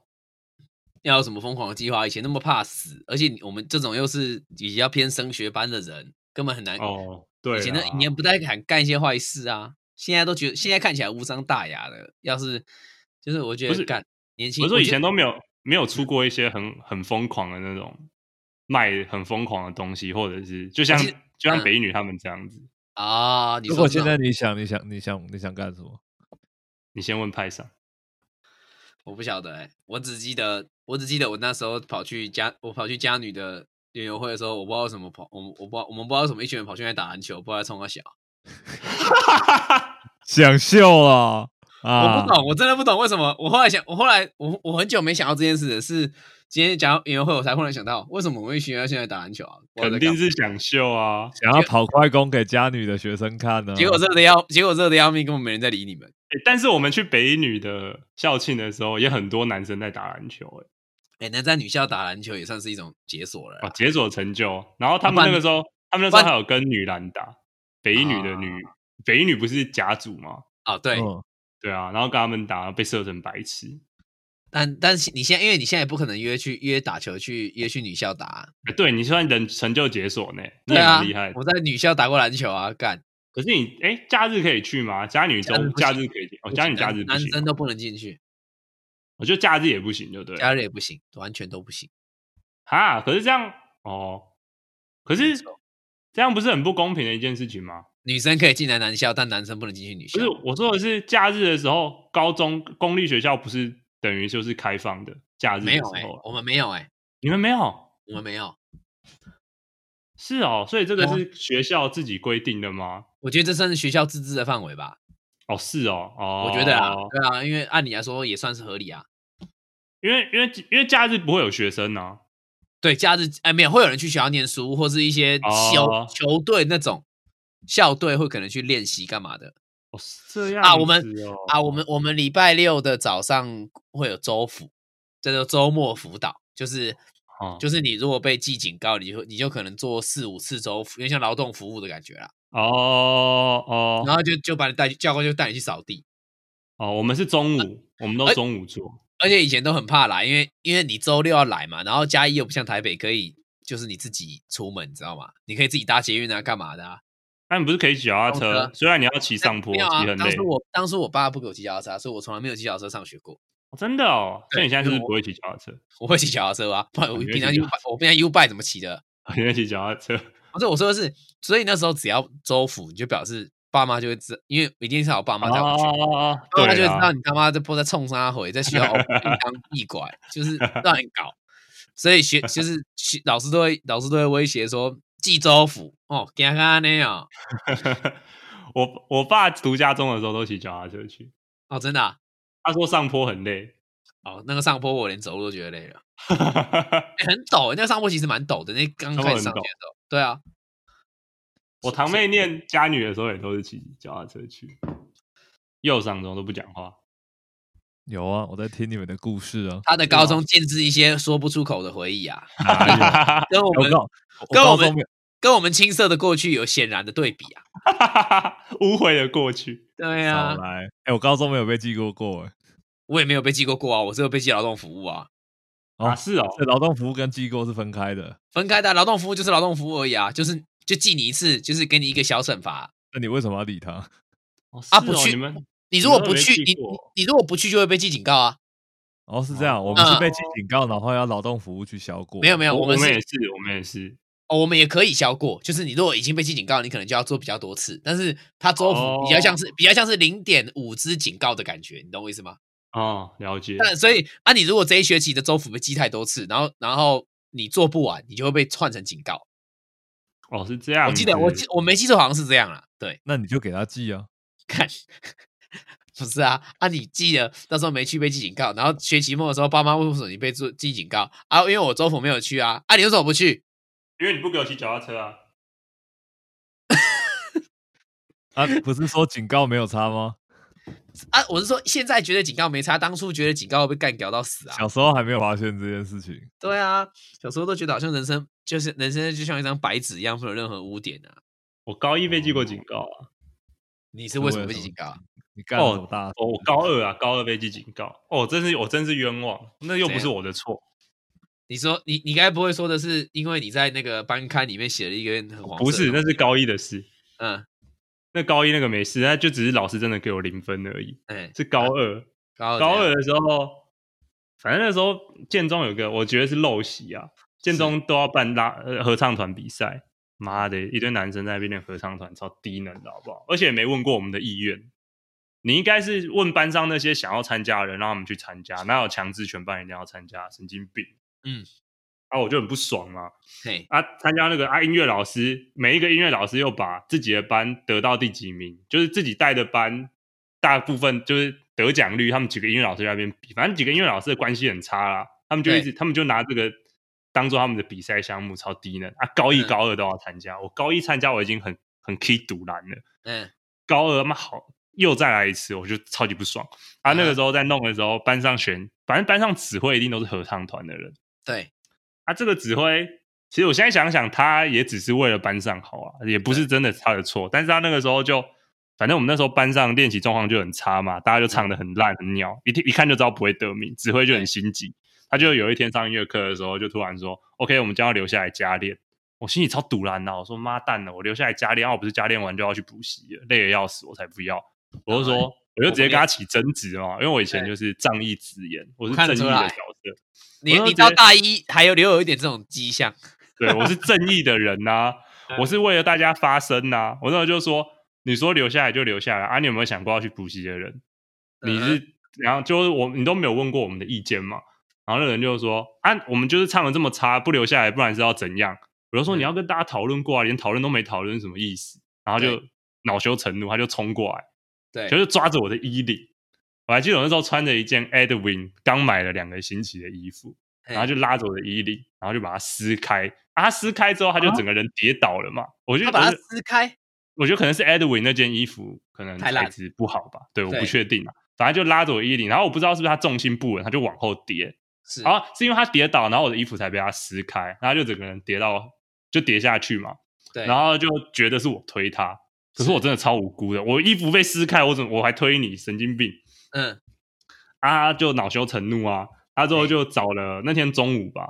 A: 要有什么疯狂的计划？以前那么怕死，而且你我们这种又是比较偏升学班的人，根本很难。
C: 哦，对啦，
A: 呃以前那一年不太敢干一些坏事啊，现在都觉得现在看起来无伤大雅的。要是就是我觉
C: 不
A: 得
C: 是
A: 干年轻，
C: 我说以前
A: 都
C: 都没有没有出过一些很很疯狂的那种卖很疯狂的东西，或者是就像
A: 我记得
C: 就像
A: 嗯
C: 北一女他们这样子。
A: 啊，你
B: 如果
A: 说这
B: 现
A: 种
B: 在你想，你想，你想，你想干什么？
C: 你先问派上，
A: 我不晓得哎、我只记得我只记得我那时候跑去家，我跑去家女的园游会的时候，我不知道为什么跑，我们我不知道我们不知道为什么一群人跑去那里打篮球，不知道在冲他小，
B: 想秀啊啊！
A: 我不懂，我真的不懂为什么。我后来想，我后来我我很久没想到这件事了，是今天讲到园游会，我才忽然想到，为什么我们一群人要现在打篮球啊？不知道在
C: 肯
A: 干
C: 定
A: 嘛
C: 是想秀啊！
B: 想要跑快攻给家女的学生看呢、
A: 结
C: 嗯
A: 果热的要，结果热的要命，根本没人在理你们。
C: 欸但是我们去北一女的校庆的时候，也很多男生在打篮球、欸，
A: 哎、能在女校打篮球也算是一种解锁了啦
C: 啊，解锁成就。然后他
A: 啊不
C: 们
A: 然
C: 那个时候，他们那时
A: 不
C: 候
A: 然啊
C: 还有跟女篮打，北一女的女，北一女不是甲组吗？
A: 哦，对，
B: 嗯
C: 对啊，然后跟他们打，被射成白痴。
A: 但但是你现在，因为你现在也不可能约去约打球去约去女校打、啊，
C: 欸对你算人成就解锁呢，你
A: 对
C: 也
A: 啊
C: 蛮厉害的。
A: 我在女校打过篮球啊，干。
C: 可是你哎、欸假日可以去吗？假女周
A: 假日不行
C: 假日可以去，哦，
A: 不
C: 假
A: 行
C: 女假
A: 男
C: 日不
A: 男
C: 行
A: 生
C: 哦，
A: 都不能进去，
C: 我觉得假日也不行，就对了。
A: 假日也不行，完全都不行。
C: 哈，可是这样哦，可
A: 没
C: 是
A: 错
C: 这样不是很不公平的一件事情吗？
A: 女生可以进来男校，但男生不能进去女
C: 不
A: 校。
C: 是，我说的是假日的时候，高中公立学校不是等于就是开放的假日的
A: 没
C: 时
A: 有哎、
C: 候啊，
A: 我们没有哎、
C: 你们没有？
A: 我们没有。
C: 是哦，所以这个
A: 对啊
C: 是学校自己规定的吗？
A: 我觉得这算是学校自治的范围吧，
C: 哦，是哦，哦，
A: 我觉得啊，对啊，因为按理来说也算是合理啊。
C: 因为因为因为假日不会有学生啊，
A: 对，假日哎没有，会有人去学校念书，或是一些球、
C: 哦
A: 球队那种校队会可能去练习干嘛的
C: 哦，是这样
A: 啊我们
C: 子哦
A: 啊。我们我们礼拜六的早上会有周辅，这叫周末辅导，就是
C: 哦
A: 就是你如果被记警告，你就你就可能做四五次周辅，有点像劳动服务的感觉啦。
C: 哦哦
A: 然后就就把你带去教官就带你去扫地，
C: 哦，我们是中午，我们都
A: 哎
C: 中午做，
A: 而且以前都很怕来，因为因为你周六要来嘛，然后嘉义又不像台北可以就是你自己出门，你知道吗？你可以自己搭捷运啊，干嘛的、啊？
C: 那你不是可以骑脚踏
A: 公车
C: 车？虽然你要骑上坡，
A: 没
C: 骑
A: 有啊
C: 很，
A: 当
C: 累
A: 初，我当初我爸不给我骑脚踏车，所以我从来没有骑脚踏车上学过。
C: 哦真的哦。所以你现在是不
A: 对因为
C: 是
A: 我
C: 不会骑脚踏车？
A: 我会骑脚踏车啊，不然我
C: 哦你会
A: 平常
C: 骑
A: U
C: 脚踏
A: bike 我平常 U bike 怎么骑的？
C: 你会骑脚踏车？
A: 不是我说的是，所以那时候只要周辅，你就表示爸妈就会知，因为一定是我爸妈带我去。
C: 哦，
A: 然后他就
C: 对
A: 会知道
C: 啊，
A: 你他妈在不在冲杀回，在学校当地拐，就是乱搞。所以学就是学老师都会老师都会威胁说济州府哦，给他看那样
C: 我我爸读家中的时候都骑脚踏车去，
A: 哦，真的啊、
C: 他说上坡很累，
A: 哦，那个上坡我连走路都觉得累了，欸很陡、欸，那个上坡其实蛮陡的，那刚
C: 上坡
A: 开始
C: 很
A: 上学
C: 陡
A: 的时候，对啊，
C: 我堂妹念家女的时候也都是骑脚踏车去，右上中都不讲话，
B: 有啊，我在听你们的故 事啊。
A: 他的
C: 哦
A: 高中建制一些说不出口的回忆啊，
B: 哪有？哎
A: 跟我
B: 我
A: 们
B: 告
A: 跟
B: 高
A: 我们
B: 中没有
A: 跟我们青涩的过去有显然的对比啊。
C: 污秽的过去，
A: 对
B: 少
A: 啊，
B: 来，哎，我高中没有被记过过，哎，
A: 我也没有被记过过啊，我只有被记劳动服务啊，
C: 啊是哦
B: 这劳动服务跟机构是分开的。
A: 分开的啊劳动服务就是劳动服务而已啊，就是就记你一次，就是给你一个小惩罚。
B: 那你为什么要理他？
A: 啊
C: 是
A: 不
C: 哦
A: 去
C: 你们
A: 你如果
C: 你
A: 不
C: 都没
A: 去，
C: 记
A: 你
C: 过
A: 你你如果不去就会被记警告啊。
B: 哦，是这样，
C: 哦
B: 我们是被
C: 嗯
B: 记警告，然后要劳动服务去消过。
A: 没有没有，
C: 我
A: 们
C: 们
A: 是
C: 也是，我们也是
A: 哦，我们也可以消过，就是你如果已经被记警告，你可能就要做比较多次，但是它州服比较像是、比较像是零点五支警告的感觉，你懂我意思吗？
C: 哦，了解。
A: 但所以啊，你如果这一学期的州服被记太多次，然后然后你做不完，你就会被串成警告。
C: 哦，是这样子。
A: 我记得我记我没记错，好像是这样啦。对，
B: 那你就给他记啊。
A: 看。 不是啊，啊你记得那时候没去被记警告，然后学期末的时候，爸妈问为什么你被做记警告啊？因为我州府没有去啊，啊你为什么不去？
C: 因为你不给我骑脚踏车啊。
B: 啊，不是说警告没有差 吗？
A: 啊，我是说现在觉得警告没差，当初觉得警告会被干掉到死啊。
B: 小时候还没有发现这件事情。
A: 对啊，小时候都觉得好像人生就是人生就像一张白纸一样，没有任何污点啊。
C: 我高一被记
A: 哦
C: 过警告啊，
A: 你是为什么被警告啊？
B: 你干了什么大事？
C: 哦，我高二啊，高二被记警告，哦，真是我真是冤枉，那又不
A: 怎
C: 是
A: 样
C: 我的错，
A: 你说你你该不会说的是因为你在那个班刊里面写了一个很黄色
C: 哦不是，
A: 的
C: 那是高一的事。
A: 嗯
C: 那高一那个没事，那就只是老师真的给我零分而已。
A: 哎
C: 是高二，
A: 高
C: 高
A: 怎样
C: 二的时候，反正那时候建中有个，我觉得是陋习啊，建中都要办拉呃合唱团比赛，妈的，一堆男生在那边练合唱团，超低能的好不好？而且也没问过我们的意愿，你应该是问班上那些想要参加的人，让他们去参加，哪有强制全班一定要参加？神经病！
A: 嗯，
C: 啊，我就很不爽嘛、
A: 嘿
C: 啊，参加那个啊音乐老师，每一个音乐老师又把自己的班得到第几名，就是自己带的班，大部分就是得奖率，他们几个音乐老师在那边比，反正几个音乐老师的关系很差啦，他们就一直，他们就拿这个当做他们的比赛项目，超低能啊！高一、
A: 嗯
C: 高二都要参加，我高一参加我已经很很 key 堵拦了，
A: 嗯
C: 高二嘛好又再来一次，我就超级不爽啊！那个时候在弄的时候，班上选，反正班上指挥一定都是合唱团的人。
A: 对
C: 啊，这个指挥，其实我现在想想，他也只是为了班上好啊，也不是真的他的错。但是他那个时候就，反正我们那时候班上练习状况就很差嘛，大家
A: 嗯
C: 就唱的很烂很鸟，一听一看就知道不会得名，指挥就很心急。他就有一天上音乐课的时候，就突然说：“OK，我们将要留下来加练。”我心里超堵然的，我说：“妈蛋了，我留下来加练，啊、我不是加练完就要去补习了，累得要死，我才不要！”我就
A: 然
C: 说，我就直接跟他起争执嘛，因为我以前
A: 对
C: 就是仗义执言，我是
A: 看
C: 正
A: 得
C: 义
A: 出
C: 的
A: 来
C: 角色。
A: 你
C: 我就
A: 你
C: 觉
A: 到
C: 得
A: 大一还有留有一点这种迹象，
C: 对我是正义的人呐、 我是为了大家发声呐、我那时候就说，你说留下来就留下来啊，你有没有想过要去补习的人？你
A: 嗯
C: 是，然后就是我，你都没有问过我们的意见嘛？然后那个人就说，啊，我们就是唱的这么差，不留下来，不然是要怎样？我就说
A: 嗯
C: 你要跟大家讨论过啊，连讨论都没讨论，什么意思？然后就恼羞成怒，他就冲过来，
A: 对
C: 就是抓着我的衣领。我还记得我那时候穿着一件 Edwin 刚买了两个星期的衣服，
A: 嘿
C: 然后就拉着我的衣领，然后就把它撕开。啊，它撕开之后，他就整个人跌倒了嘛。我就
A: 他
C: 觉
A: 把它
C: 得，
A: 撕开，
C: 我觉得可能是 Edwin 那件衣服可能
A: 太烂
C: 材质不好吧，对，我不
A: 对
C: 确定啊。反正就拉着我衣领，然后我不知道是不是他重心不稳，他就往后跌。
A: 是
C: 然后是因为他跌倒，然后我的衣服才被他撕开，然后就整个人跌到就跌下去嘛。
A: 对，
C: 然后就觉得是我推他，可是
A: 是
C: 我真的超无辜的，我衣服被撕开，我怎么我还推你，神经病！
A: 嗯
C: 啊，就恼羞成怒啊，他之后就找了那天中午吧，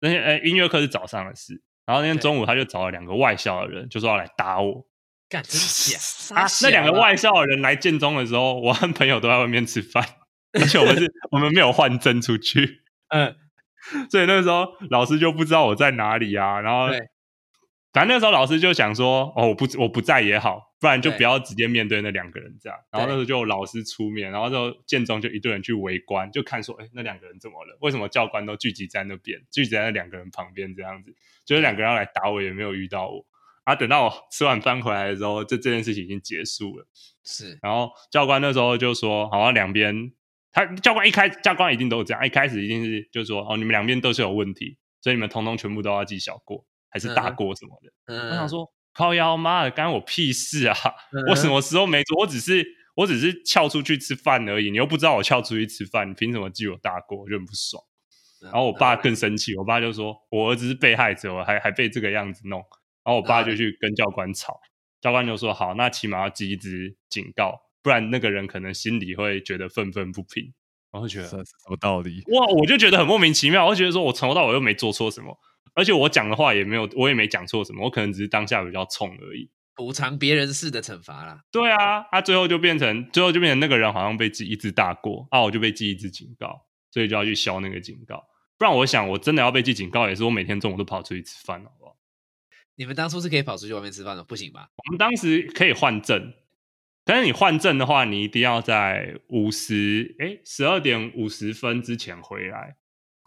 C: 那天哎音乐课是早上的事，然后那天
A: 对
C: 中午他就找了两个外校的人，就说要来打我
A: 干真 假
C: 啊
A: 傻
C: 那
A: 小
C: 两个
A: 啊
C: 外校的人来建中的时候，我和朋友都在外面吃饭， 而且我们是我们没有换证出去，
A: 嗯
C: 所以那时候老师就不知道我在哪里啊，然后
A: 对
C: 反正那时候老师就想说，哦，我不我不在也好，不然就
A: 对
C: 不要直接面对那两个人这样。然后那时候就有老师出面，然后就建中就一堆人去围观，就看说，哎，那两个人怎么了？为什么教官都聚集在那边，聚集在那两个人旁边这样子？就是两个人要来打我，也没有遇到我。啊，等到我吃完饭回来的时候，这这件事情已经结束了。
A: 是
C: 然后教官那时候就说，好像两边他教官一开教官一定都这样，一开始一定是就说，哦，你们两边都是有问题，所以你们通通全部都要记小过还是大
A: 嗯哼
C: 过什么的。
A: 嗯
C: 我想说，靠腰妈的，干我屁事啊！
A: 嗯
C: 我什么时候没做？我只是我只是翘出去吃饭而已，你又不知道我翘出去吃饭，你凭什么记我大过？我就很不爽。
A: 嗯
C: 然后我爸更生气，我爸就说：“我儿子是被害者，我还还被这个样子弄。”然后我爸就去跟教官吵，教官就说：“好，那起码要记一支警告，不然那个人可能心里会觉得愤愤不平。”然后觉得
B: 这是什么道理？
C: 哇，我就觉得很莫名其妙，我就觉得说我从头到尾又没做错什么，而且我讲的话也没有，我也没讲错什么，我可能只是当下比较冲而已。
A: 补偿别人式的惩罚啦。
C: 对啊，他、最后就变成最后就变成那个人好像被记一支大过，啊，我就被记一支警告，所以就要去消那个警告。不然我想，我真的要被记警告，也是我每天中午都跑出去吃饭，好不好？
A: 你们当初是可以跑出去外面吃饭的，不行吧？
C: 我们当时可以换证，但是你换证的话，你一定要在五十哎十二点五十分之前回来。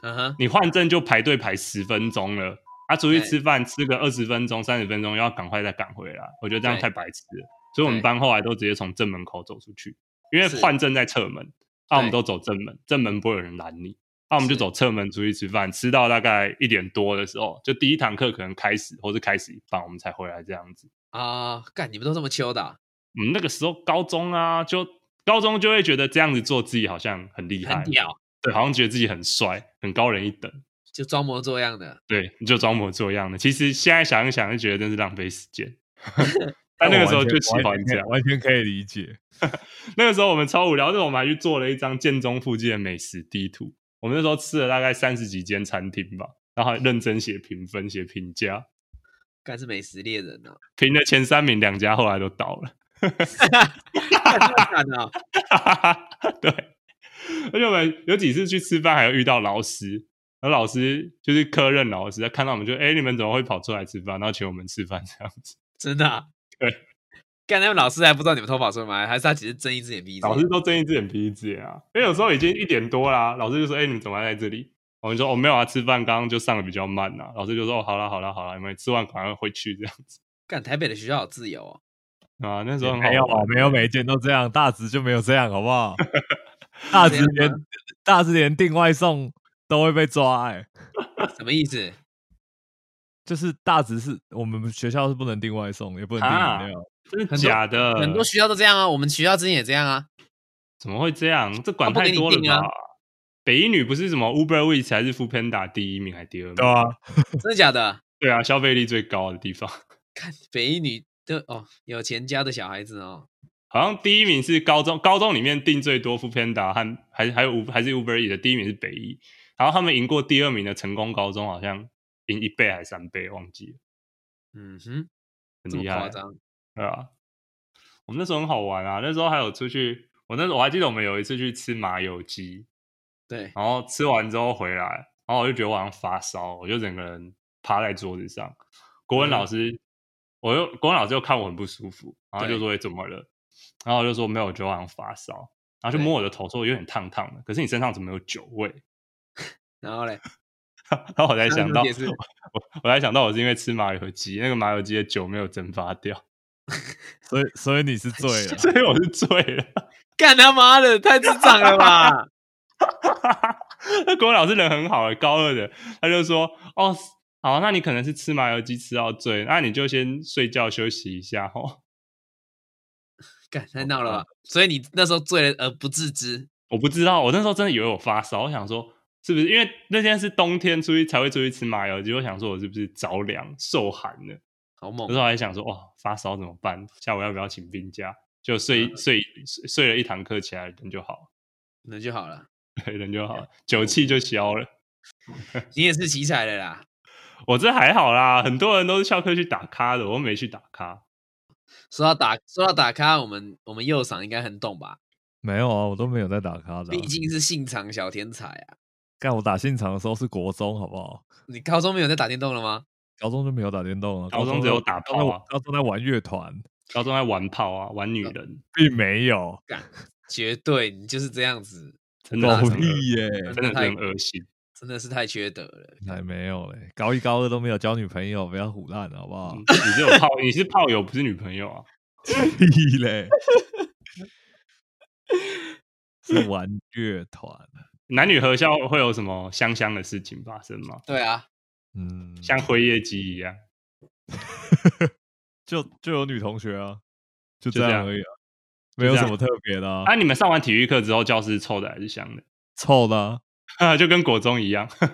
A: 嗯哼，
C: 你换证就排队排十分钟了，啊，出去吃饭吃个二十分钟、三十分钟，又要赶快再赶回来，我觉得这样
A: 对
C: 太白痴了。所以我们
A: 对
C: 班后来都直接从正门口走出去，因为
A: 是
C: 换证在侧门，啊，我们
A: 对
C: 都走正门，正门不会有人拦你，啊，我们就是走侧门出去吃饭，吃到大概一点多的时候，就第一堂课可能开始或是开始一半，我们才回来这样子。
A: 啊，干，你们都这么秋的啊、
C: 我们那个时候高中啊，就高中就会觉得这样子做自己好像很厉害
A: 很，屌，
C: 对，好像觉得自己很帅，很高人一等。
A: 就装模作样的。
C: 对，你就装模作样的。其实现在想一想，就觉得真是浪费时 间。但那个时候就喜欢这样。
B: 完全可以理解。
C: 那个时候我们超无聊，但是我们还去做了一张建中附近的美食地图。我们那时候吃了大概三十几间餐厅吧，然后还认真写评分、写评价，
A: 干是美食猎 人哦、
C: 评了前三名两家，后来都倒了。
A: 干这么惨哦、
C: 对，而且我们有几次去吃饭，还有遇到老师，然后老师就是科任老师，他看到我们就哎、你们怎么会跑出来吃饭？然后请我们吃饭这样子。
A: 真的、啊。
C: 对，
A: 干他们老师还不知道你们偷跑出来吗？还是他只是睁一只眼闭一只眼？
C: 老师都睁一只眼闭一只眼啊，因为有时候已经一点多啦、老师就说：“哎、你们怎么还在这里？”我们就说：“哦，没有啊，吃饭刚刚就上的比较慢呐、老师就说：“哦，好啦好啦好啦，你们吃完赶快回去这样子
A: 干台北的学校好自由哦。
C: 啊。”那时候很好
B: 没有
C: 玩
B: 啊，没有每一件都这样，大直就没有这样，好不好？大
C: 啊
B: 直
A: 这样
B: 连大直连订外送都会被抓、哎，
A: 什么意思？
B: 就是大直是我们学校是不能订外送，也不能订饮料，
C: 真的
A: 多
C: 假的？
A: 很多学校都这样啊，我们学校之前也这样啊。
C: 怎么会这样？这管
A: 他不
C: 太
A: 给你
C: 多了
A: 订
C: 吧？
A: 啊
C: 北一女不是什么 Uber Eats 还是 Foodpanda 第一名还是第二名？
B: 对啊，
A: 真的假的？
C: 对啊，消费力最高的地方，
A: 看北一女的哦，有钱家的小孩子哦，
C: 好像第一名是高中，高中里面订最多 Foodpanda 和还还有 U 还是 Uber E 的，第一名是北一，然后他们赢过第二名的成功高中，好像赢一倍还是三倍，忘记了，
A: 嗯哼，这
C: 很
A: 么
C: 厉
A: 夸
C: 害，
A: 张，
C: 对啊。我们那时候很好玩啊，那时候还有出去，我那时候我还记得我们有一次去吃麻油鸡，
A: 对，
C: 然后吃完之后回来，然后我就觉得我好像发烧，我就整个人趴在桌子上。国文老师，我又国文老师又看我很不舒服，然后就
A: 对
C: 说、欸、怎么了？然后我就说没有，我觉得我好像发烧。然后就
A: 对
C: 摸我的头说有点烫烫的，可是你身上怎么有酒味？
A: 然后嘞，
C: 然后我
A: 那
C: 才想
A: 怎么
C: 到，
A: 解释
C: 我我才想到我是因为吃麻油鸡，那个麻油鸡的酒没有蒸发掉，，
B: 所以所以你是醉了
C: 所以我是醉了。
A: 干他妈的，太智障了吧！
C: 那国文老师人很好、欸，高二的，他就说：“哦，好，那你可能是吃麻油鸡吃到醉，那你就先睡觉休息一下哦。
A: 干太闹了吧！所以你那时候醉了而不自知，”
C: 我不知道，我那时候真的以为我发烧，我想说是不是因为那天是冬天出去才会出去吃麻油鸡，我想说我是不是着凉受寒了？
A: 好
C: 那
A: 猛
C: 时候还想说哇发烧怎么办？下午要不要请病假？就睡睡睡睡了一堂课起来人就好
A: 那就好 了。
C: 了，人就好了，酒气就消了。
A: 你也是奇才的啦，
C: 我这还好啦，很多人都是翘课去打咖的，我又没去打咖。
A: 说到打，说到打咖，我们我们右赏应该很懂吧？
B: 没有啊，我都没有在打卡的啊、
A: 毕竟是性场小天才啊！
B: 干我打现场的时候是国中，好不好？
A: 你高中没有在打电动了吗？
B: 高中就没有打电动了，
C: 高中
B: 中
C: 只有
B: 在
C: 打
B: 高中
C: 炮啊
B: 高中在玩乐团，
C: 高中在玩炮啊，玩
A: 嗯
C: 女人，
B: 并没有，
A: 绝对，你就是这样子，
C: 真的
B: 狗
C: 是啊很恶
B: 屁耶、
A: 啊
C: 真的嗯是很恶心。
A: 真的是太缺德了。
B: 才哎没有嘞！高一高二都没有交女朋友，不要胡乱好不好
C: 嗯？你是有炮，你是炮友，不是女朋友啊？
B: 屁 嘞，是玩乐团，啊
C: 男女合校会有什么香香的事情发生吗？
A: 对啊，
B: 嗯，
C: 像灰夜姬一样，
B: 就就有女同学啊，就
C: 就
B: 这
C: 这
B: 样
C: 样
B: 而已啊。没有什么特别的啊
C: 啊，你们上完体育课之后，教室臭的还是香的？
B: 臭的啊，
C: 就跟国中一样。
B: 对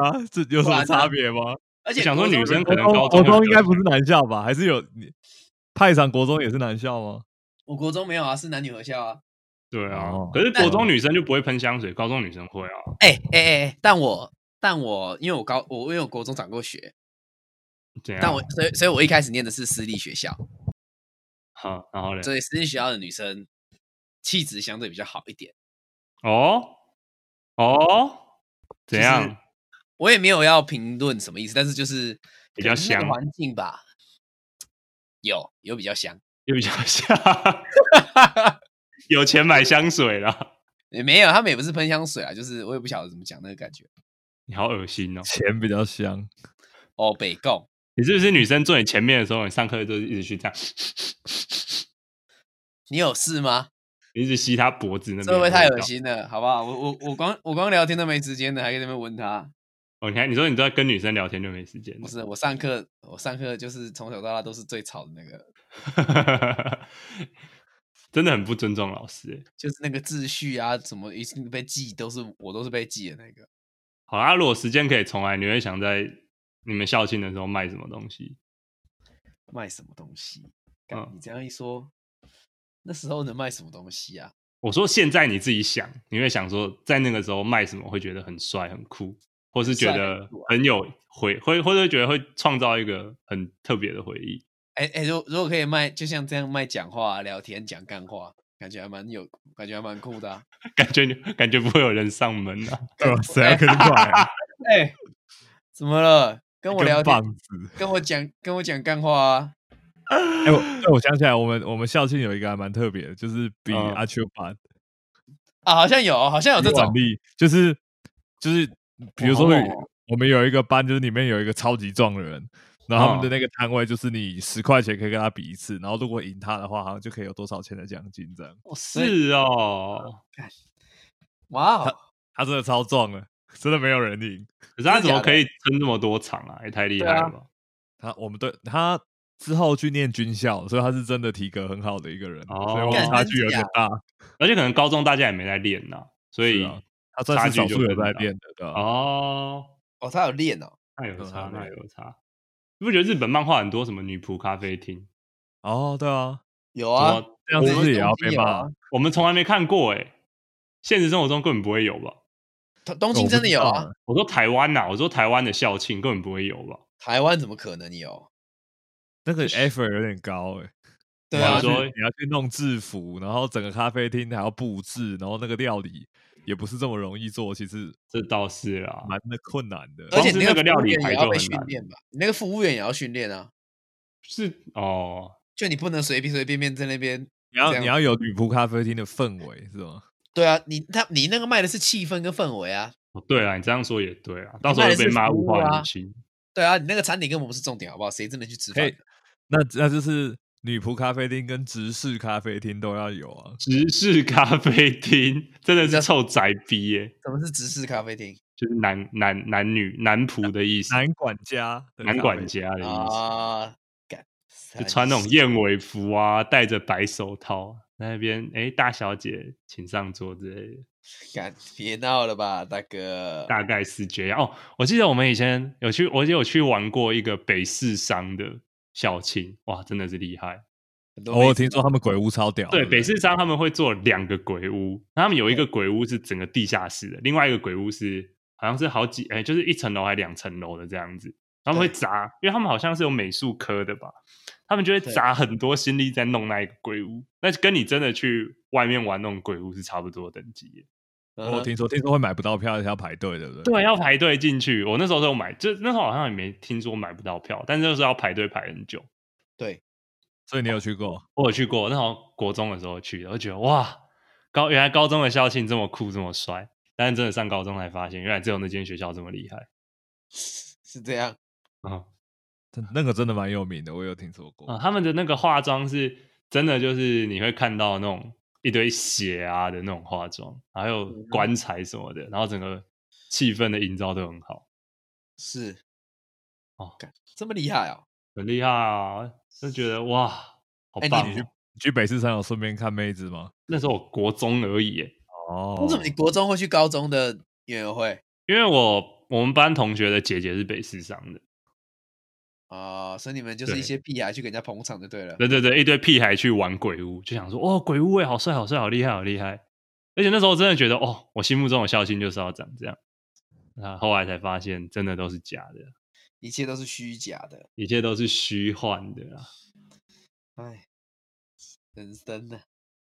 B: 啊，这有什么差别吗？
A: 而且
C: 想说
A: 国中
C: 女生
A: 人
C: 可能高
B: 国
C: 中
B: 中应该不是男校吧？还是有你派上国中也是男校吗？
A: 我国中没有啊，是男女合校啊。
C: 对啊
B: 哦，
C: 可是国中女生就不会喷香水，高中女生会啊。
A: 哎哎哎哎，但我但我因为我高我因为我国中转过学，
C: 怎样？
A: 但我所以所以我一开始念的是私立学校，
C: 好，然后嘞，
A: 所以私立学校的女生气质相对比较好一点。
C: 哦哦，怎
A: 就是
C: 样？
A: 我也没有要评论什么意思，但是就是
C: 比较
A: 可能是那个
C: 香
A: 环境吧，有有比较香，
C: 又比较 像，有钱买香水啦。
A: 也没有他们也不是喷香水啊，就是我也不晓得怎么讲那个感觉。
C: 你好恶心哦！
B: 钱比较香，
A: 哦，北贡
C: 你是不是女生坐你前面的时候，你上课就一直去这样，
A: 你有事吗？
C: 你一直吸她脖子那边？
A: 这会不会太恶？心了？好不好？我我我光我光聊天都没时间了，还在那边问他。
C: 哦，你看，你说你都在跟女生聊天就没时间
A: 不
C: 了。
A: 是我上课，我上课就是从小到大都是最吵的那个，
C: 真的很不尊重老师欸。
A: 就是那个秩序啊，怎么一次被记都是我都是被记的那个。
C: 好啦，如果时间可以重来，你会想在你们校庆的时候卖什么东西？
A: 卖什么东西？干
C: 嗯
A: 你这样一说，那时候能卖什么东西啊？
C: 我说现在你自己想，你会想说在那个时候卖什么会觉得很帅很酷，或是觉
A: 很帅很
C: 得
A: 酷啊
C: 很有回，会或者觉得会创造一个很特别的回忆。
A: 哎哎，如如果可以卖，就像这样卖讲话啊、聊天、讲干话，感觉还蛮有，感觉还蛮酷的、啊。
C: 感觉你感觉不会有人上门啊，
B: 对吧？ 谁要跟你买 啊？
A: 哎，怎么了？跟我
B: 跟
A: 聊
B: 棒
A: 天，
B: 子。
A: 跟我讲，跟我讲干话啊！
B: 哎、我对我想起来，我们我们校庆有一个还蛮特别的，就是比
C: 嗯
B: 阿丘版
A: 啊，好像有，好像有这
B: 比
A: 种
B: 腕。力，就是就是比如说
C: 哇好猛哦
B: 我们有一个班，就是里面有一个超级壮的人，然后他们的
C: 嗯
B: 那个摊位就是你十块钱可以跟他比一次，然后如果赢他的话，好像就可以有多少钱的奖金这样。
C: 哦是哦，
A: 哇哦！
B: 他真的超壮的， 真的没有人赢
C: 可是他
A: 真的
C: 怎么
A: 假的
C: 可以撑这么多场啊？也太厉害了吧！
B: 他。我们对他之后去念军校，所以他是真的体格很好的一个人，
C: 哦
B: 所以我们
C: 干
B: 差
A: 真
B: 距有点
A: 假
B: 大。
C: 而且可能高中大家也没在练呐、所以、
B: 是啊他算是
C: 差
B: 少
C: 距就
B: 数有
C: 更
B: 在
C: 大
B: 练的，对吧？
C: 哦，
A: 哦，他有练哦。
C: 那有
B: 嗯
C: 差，
B: 还
C: 那
B: 没
C: 有差。你不觉得日本漫画很多什么女仆咖啡厅？
B: 哦，对啊，
A: 有
C: 什
A: 啊
C: 么，
B: 这样
A: 我
B: 子是不
A: 们
B: 是也
A: 东
B: 要
A: 京
B: 被
A: 有
B: 骂
A: 啊？
C: 我们从来没看过哎、现实生活中根本不会有吧？
A: 东东京真的有
B: 哦我不知
A: 啊
B: 道？欸
C: 我说台湾呐、我说台湾的校庆根本不会有吧？
A: 台湾怎么可能有？
B: 那个 effort 有点高哎、
A: 对
B: 你
A: 啊
B: 要
C: 我
B: 去
C: 说
B: 你要去弄制服，然后整个咖啡厅还要布置，然后那个料理也不是这么容易做，其实
C: 这倒是
A: 哦
C: 啦，
B: 蛮的困难的。
A: 而且
C: 光是
A: 你那
C: 那个料
A: 服务
C: 理
A: 员
C: 台
A: 也要
C: 就
A: 被
C: 很
A: 训
C: 难
A: 练吧？你那个服务员也要训练啊，
C: 是哦，
A: 就你不能随便随便便在那边。
B: 你要
A: 这样
B: 你要有女仆咖啡厅的氛围是吗？
A: 对啊，你他你那个卖的是气氛跟氛围啊。
C: 哦对啊，你这样说也对啊，到时候
A: 卖
C: 就
A: 的
C: 被
A: 是
C: 骂
A: 服
C: 物
A: 务
C: 化
A: 啊
C: 女性。
A: 对啊，你那个产品根本不是重点，好不好？谁真的去吃饭啊
B: 嘿？那那就是女仆咖啡厅跟直视咖啡厅都要有啊。
C: 直视咖啡厅真的
A: 你知道
C: 是臭宅逼欸耶、
A: 什么是直视咖啡厅
C: 就是男男男女男仆的意思，
B: 男管家的咖啡，
C: 男管家的意思，
A: 啊？干，
C: 就穿那种燕尾服啊，戴着白手套，在那边哎，大小姐请上桌之类的，
A: 干，别闹了吧，大哥。
C: 大概是这样。哦，我记得我们以前有去，我有去玩过一个北市商的校庆，哇，真的是厉害。
A: 很多
B: 哦我有
A: 妹子
B: 听说他们鬼屋超屌的。
C: 对，
B: 不
C: 北市商他们会做两个鬼屋，他们有一个鬼屋是整个地下室的，另外一个鬼屋是好像是好几哎、就是一层楼还两层楼的这样子。他们会
A: 对
C: 砸，因为他们好像是有美术科的吧，他们就会
A: 对
C: 砸很多心力在弄那一个鬼屋，那跟你真的去外面玩那种鬼屋是差不多的等级耶。
A: 嗯
B: 我
C: 哦
B: 有
A: 哼
B: 听说，听说会买不到票，还要排队，对不对？
C: 对，要排队进去。我那时候都有买，就那时候好像也没听说买不到票，但是那时候要排队排很久。
A: 对，
B: 所以你有去过？
C: 我有去过，那时候国中的时候去的，我就觉得哇，高原来高中的校庆这么酷，这么帅。但是真的上高中才发现，原来只有那间学校这么厉害
A: 是这样。
C: 啊、
B: 真那个真的蛮有名的，我有听说过。
C: 啊！他们的那个化妆是真的，就是你会看到那种一堆血啊的那种化妆，还有
A: 嗯
C: 棺材什么的，然后整个气氛的营造都很好，
A: 是
C: 哦
A: 干这么厉害哦！
C: 很厉害啊！就觉得哇，好
A: 哎你
C: 棒、
A: 你去
C: 哦！
B: 你去北市三有顺便看妹子吗？
C: 那时候我国中而已耶，
B: 哦，
A: 为什么你国中会去高中的园游会
C: 因为我我们班同学的姐姐是北师商的，
A: 啊、所以你们就是一
C: 对
A: 些屁孩去给人家捧场就对了。
C: 对对对，一堆屁孩去玩鬼屋，就想说哦，鬼屋哎，好帅好帅，好厉害好厉害。而且那时候真的觉得哦，我心目中的孝心就是要长这样。那后来才发现，真的都是假的，
A: 一切都是虚假的。
C: 一切都是虚幻的啊啦。
A: 哎，人生呢？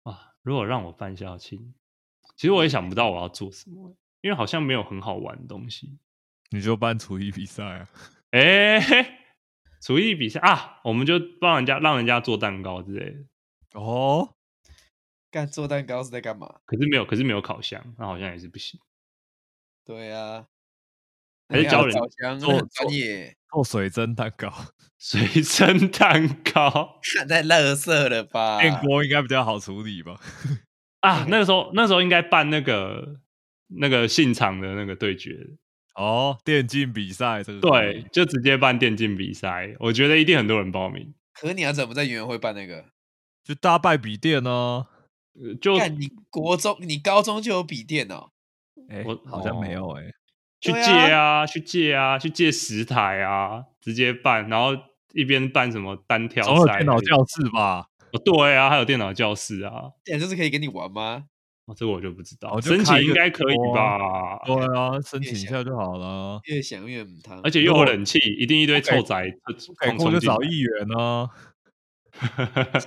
C: 啊，如果让我办校庆，其实我也想不到我要做什么欸，因为好像没有很好玩的东西。
B: 你就办厨艺比赛啊？
C: 哎、厨艺比赛啊，我们就帮人家让人家做蛋糕之类的，
B: 哦，
A: 干做蛋糕是在干嘛？
C: 可是没有，可是没有烤箱，那好像也是不行。
A: 对啊，
C: 还是
A: 那
C: 教
A: 要
C: 人
A: 找香
B: 做
A: 那很专
B: 做
A: 业，
B: 做水蒸蛋糕，
C: 水蒸蛋糕
A: 看太乐色了 吧？
B: 电锅应该比较好处理吧？
C: 啊，那个时候那时候应该办那个那个现场的那个对决，
B: 哦，电竞比赛这个可以
C: 对，就直接办电竞比赛，我觉得一定很多人报名。
A: 可你要怎么在园游会办那个？
B: 就大败笔电哦。
C: 呃就
A: 干你国中、你高中就有笔电哦，
B: 哎
C: 我
B: 好像没有哎、
C: 去
A: 对
C: 借
A: 啊
C: 啊，去借啊，去借十台啊，直接办，然后一边办什么单挑
B: 总有
C: 赛，
B: 哦电脑教室吧？
C: 哦，对啊，还有电脑教室啊，
A: 电就是可以跟你玩吗？
C: 哦，这个我就不知道，
B: 哦就
C: 申
B: 开
C: 请
B: 一个
C: 应该可以
B: 锅
C: 吧？
B: 对啊，申请一下就好了。
A: 越想越母汤，
C: 而且又有冷气，一定一堆臭宅，
B: 可以
C: 冲
B: 过就
C: 进来
B: 找议员啊，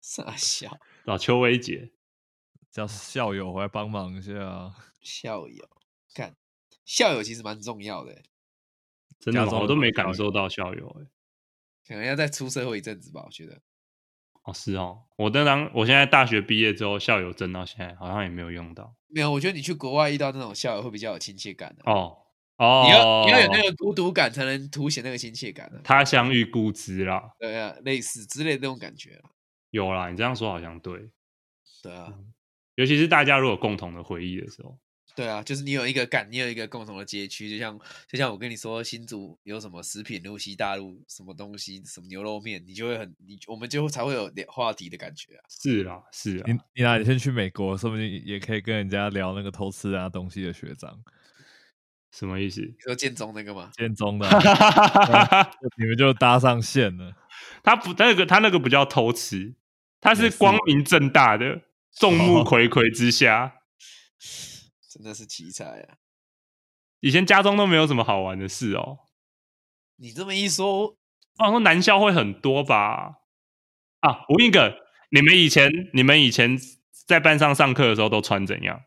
A: 傻笑
C: 找邱威杰，
B: 叫校友回来帮忙一下。啊
A: 校友，干校友其实蛮重要的欸，
C: 真的
B: 加
C: 吗
B: 州
C: 我都没
B: 有校
C: 感
B: 友
C: 受到校友欸
A: 可能要再出社会一阵子吧，我觉得。
C: 哦，是哦，我那当我现在大学毕业之后，校友证到现在好像也没有用到。
A: 没有，我觉得你去国外遇到那种校友会比较有亲切感的、啊
C: 哦哦，
A: 你要你要有那个孤独感，才能凸显那个亲切感啊。
C: 他乡遇故知啦，
A: 对啊，类似之类的那种感觉啊。
C: 有啦，你这样说好像对，
A: 对啊，
C: 嗯尤其是大家如果有共同的回忆的时候，
A: 对啊，就是你有一个感，你有一个共同的街区，就像就像我跟你说，新竹有什么食品路、西大路什么东西，什么牛肉面，你就会很你我们就才会有点话题的感觉啊。
C: 是啦是啦
B: 你，你哪里先去美国，说不定也可以跟人家聊那个偷吃人家东西的学长，
C: 什么意思？
A: 你说建中那个吗？
B: 建中的啊、 你们就搭上线了。
C: 他不那个他那个不叫偷吃，他
B: 也
C: 是
B: 是
C: 光明正大的，众目
B: 哦
C: 睽睽之下，
A: 真的是奇才啊！
C: 以前家中都没有什么好玩的事哦。
A: 你这么一说，
C: 我想说男校会很多吧？啊，我问一个，你们以前你们以前在班上上课的时候都穿怎样？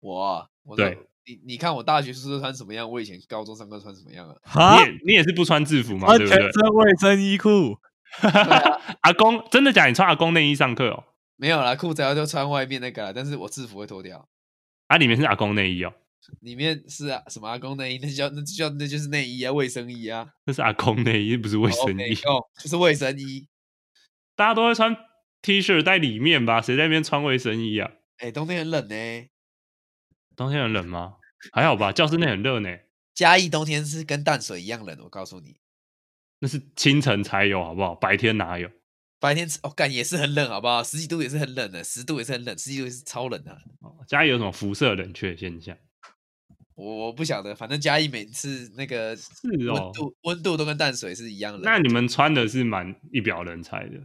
A: 我啊我的
C: 对
A: 你你看我大学宿舍穿什么样，我以前高中上课穿什么样啊？
B: 哈，
C: 你也你也是不穿制服嘛，
B: 穿
C: 对
B: 啊全
C: 不对？
B: 身卫生衣裤，
C: 阿公真的假？你穿阿公内衣上课哦？
A: 没有啦，裤子要就穿外面那个啦，但是我制服会脱掉，
C: 啊，里面是阿公内衣哦，
A: 里面是啊什么阿公内衣，那就叫那就叫那就是内衣啊，卫生衣啊，
C: 那是阿公内衣，不是卫生衣。
A: 哦，就是卫生衣。
C: 大家都会穿 T 恤在里面吧？谁在那边穿卫生衣啊？
A: 哎、冬天很冷呢、
C: 冬天很冷吗？还好吧，教室内很热呢。
A: 嘉义冬天是跟淡水一样冷，我告诉你，
C: 那是清晨才有，好不好？白天哪有？
A: 白天哦干也是很冷，好不好？十几度也是很冷的，十度也是很冷，十几度也是超冷的、啊
C: 哦家里有什么辐射冷却现象？
A: 我我不晓得，反正嘉义每次那个
C: 是
A: 温
C: 哦，
A: 度温度都跟淡水是一样冷。
C: 那你们穿的是蛮一表人才的。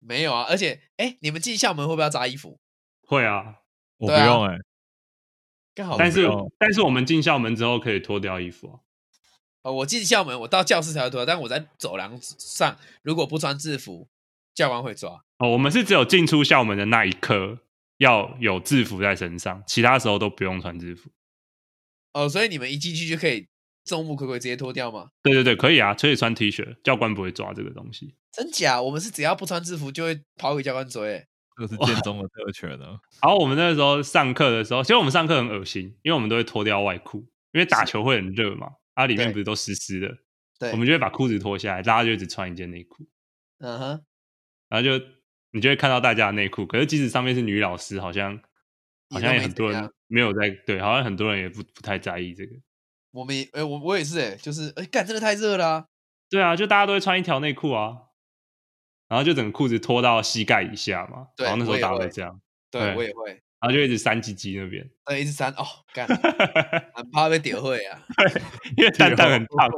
A: 没有啊？而且哎、你们进校门会不会要扎衣服？
C: 会啊，
B: 我不
A: 对啊
B: 用哎、
A: 刚好
C: 但
A: 是
C: 是
B: 用
C: 但是我们进校门之后可以脱掉衣服啊。
A: 哦，我进校门，我到教室才会脱，但我在走廊上如果不穿制服，教官会抓。
C: 哦，我们是只有进出校门的那一刻要有制服在身上，其他时候都不用穿制服。
A: 哦，所以你们一进去就可以众目睽睽直接脱掉吗？
C: 对对对，可以啊，可以穿 T 恤，教官不会抓这个东西。
A: 真假？我们是只要不穿制服就会跑给教官追、欸。
B: 这个是建中的特权啊呢、
C: 然后我们那个时候上课的时候，其实我们上课很恶心，因为我们都会脱掉外裤，因为打球会很热嘛，啊，里面
A: 对
C: 不是都湿湿的，
A: 对，
C: 我们就会把裤子脱下来，大家就只穿一件内裤，
A: 嗯哼。
C: 然后就你就会看到大家的内裤，可是即使上面是女老师，好像
A: 也
C: 好像
A: 都
C: 也
A: 没
C: 很
A: 怎
C: 多人
A: 样
C: 没有在对，好像很多人也不不太在意这个。
A: 我们也，哎、我我也是、哎，就是，哎、干，真的太热啦、
C: 对啊，就大家都会穿一条内裤啊，啊然后就整个裤子脱到膝盖以下嘛。
A: 对
C: 然后那时
A: 我
C: 候
A: 也
C: 打
A: 会
C: 的这样，
A: 对
C: 对
A: 我也会，
C: 然后就一直扇鸡鸡那边，
A: 那一直删哦，干，很怕被屌会 啊！
C: 因为蛋蛋很烫，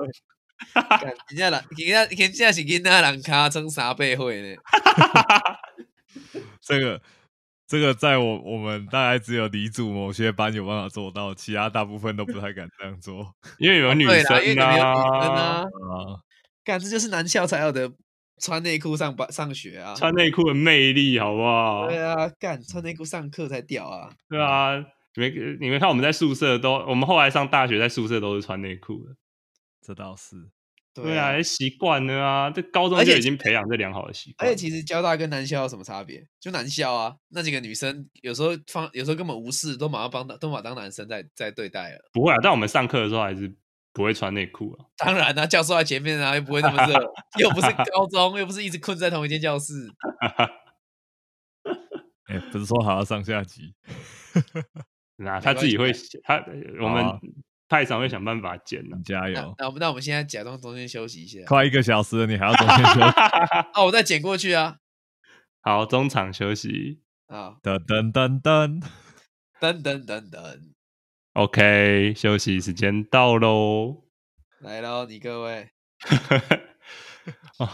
A: 干人家人，人家人家是跟那人卡撑啥背会呢？
B: 这个这个在我我们大概只有李组某些班有办法做到，其他大部分都不太敢这样 做
C: 因为有女
A: 啊对啦，因为
C: 生
A: 你们有女生
C: 啊
A: 啊，，
B: 啊。
A: 干这就是男校才有的穿内裤上班上学啊。
C: 穿内裤的魅力，好不好？
A: 对啊，干穿内裤上课才屌啊！
C: 对啊，你们你们看我们在宿舍都，我们后来上大学在宿舍都是穿内裤的。
B: 这倒是，
C: 对
A: 啊
C: 啊，，习惯了啊，这高中
A: 而
C: 就
A: 且
C: 已经培养这良好的习
A: 而且。
C: 惯
A: 其实交大跟男校有什么差别？就男校啊，那几个女生有时候放，有时候根本无视，都马上帮都马当男生在在对待了。
C: 不会啊，但我们上课的时候还是不会穿内裤啊。
A: 当然啦、教授在前面啊，又不会那么热，又不是高中，又不是一直困在同一间教室。
B: 哎、不是说好要上下级，
C: 那他自己会，他我
B: 啊好啊嗯
C: 们派长会想办法剪的
B: 你。加
A: 那
B: 油！
A: 那我们那我们现在假装中间休息一下
B: 哦快一个小时了，你还要中间休 息
A: 啊，我再剪过去啊
C: 好，中场休息。
A: 啊，
B: 噔噔噔 噔，
A: 等等等等，
C: OK，休息时间到喽。
A: 来喽，你各位，
C: 哦，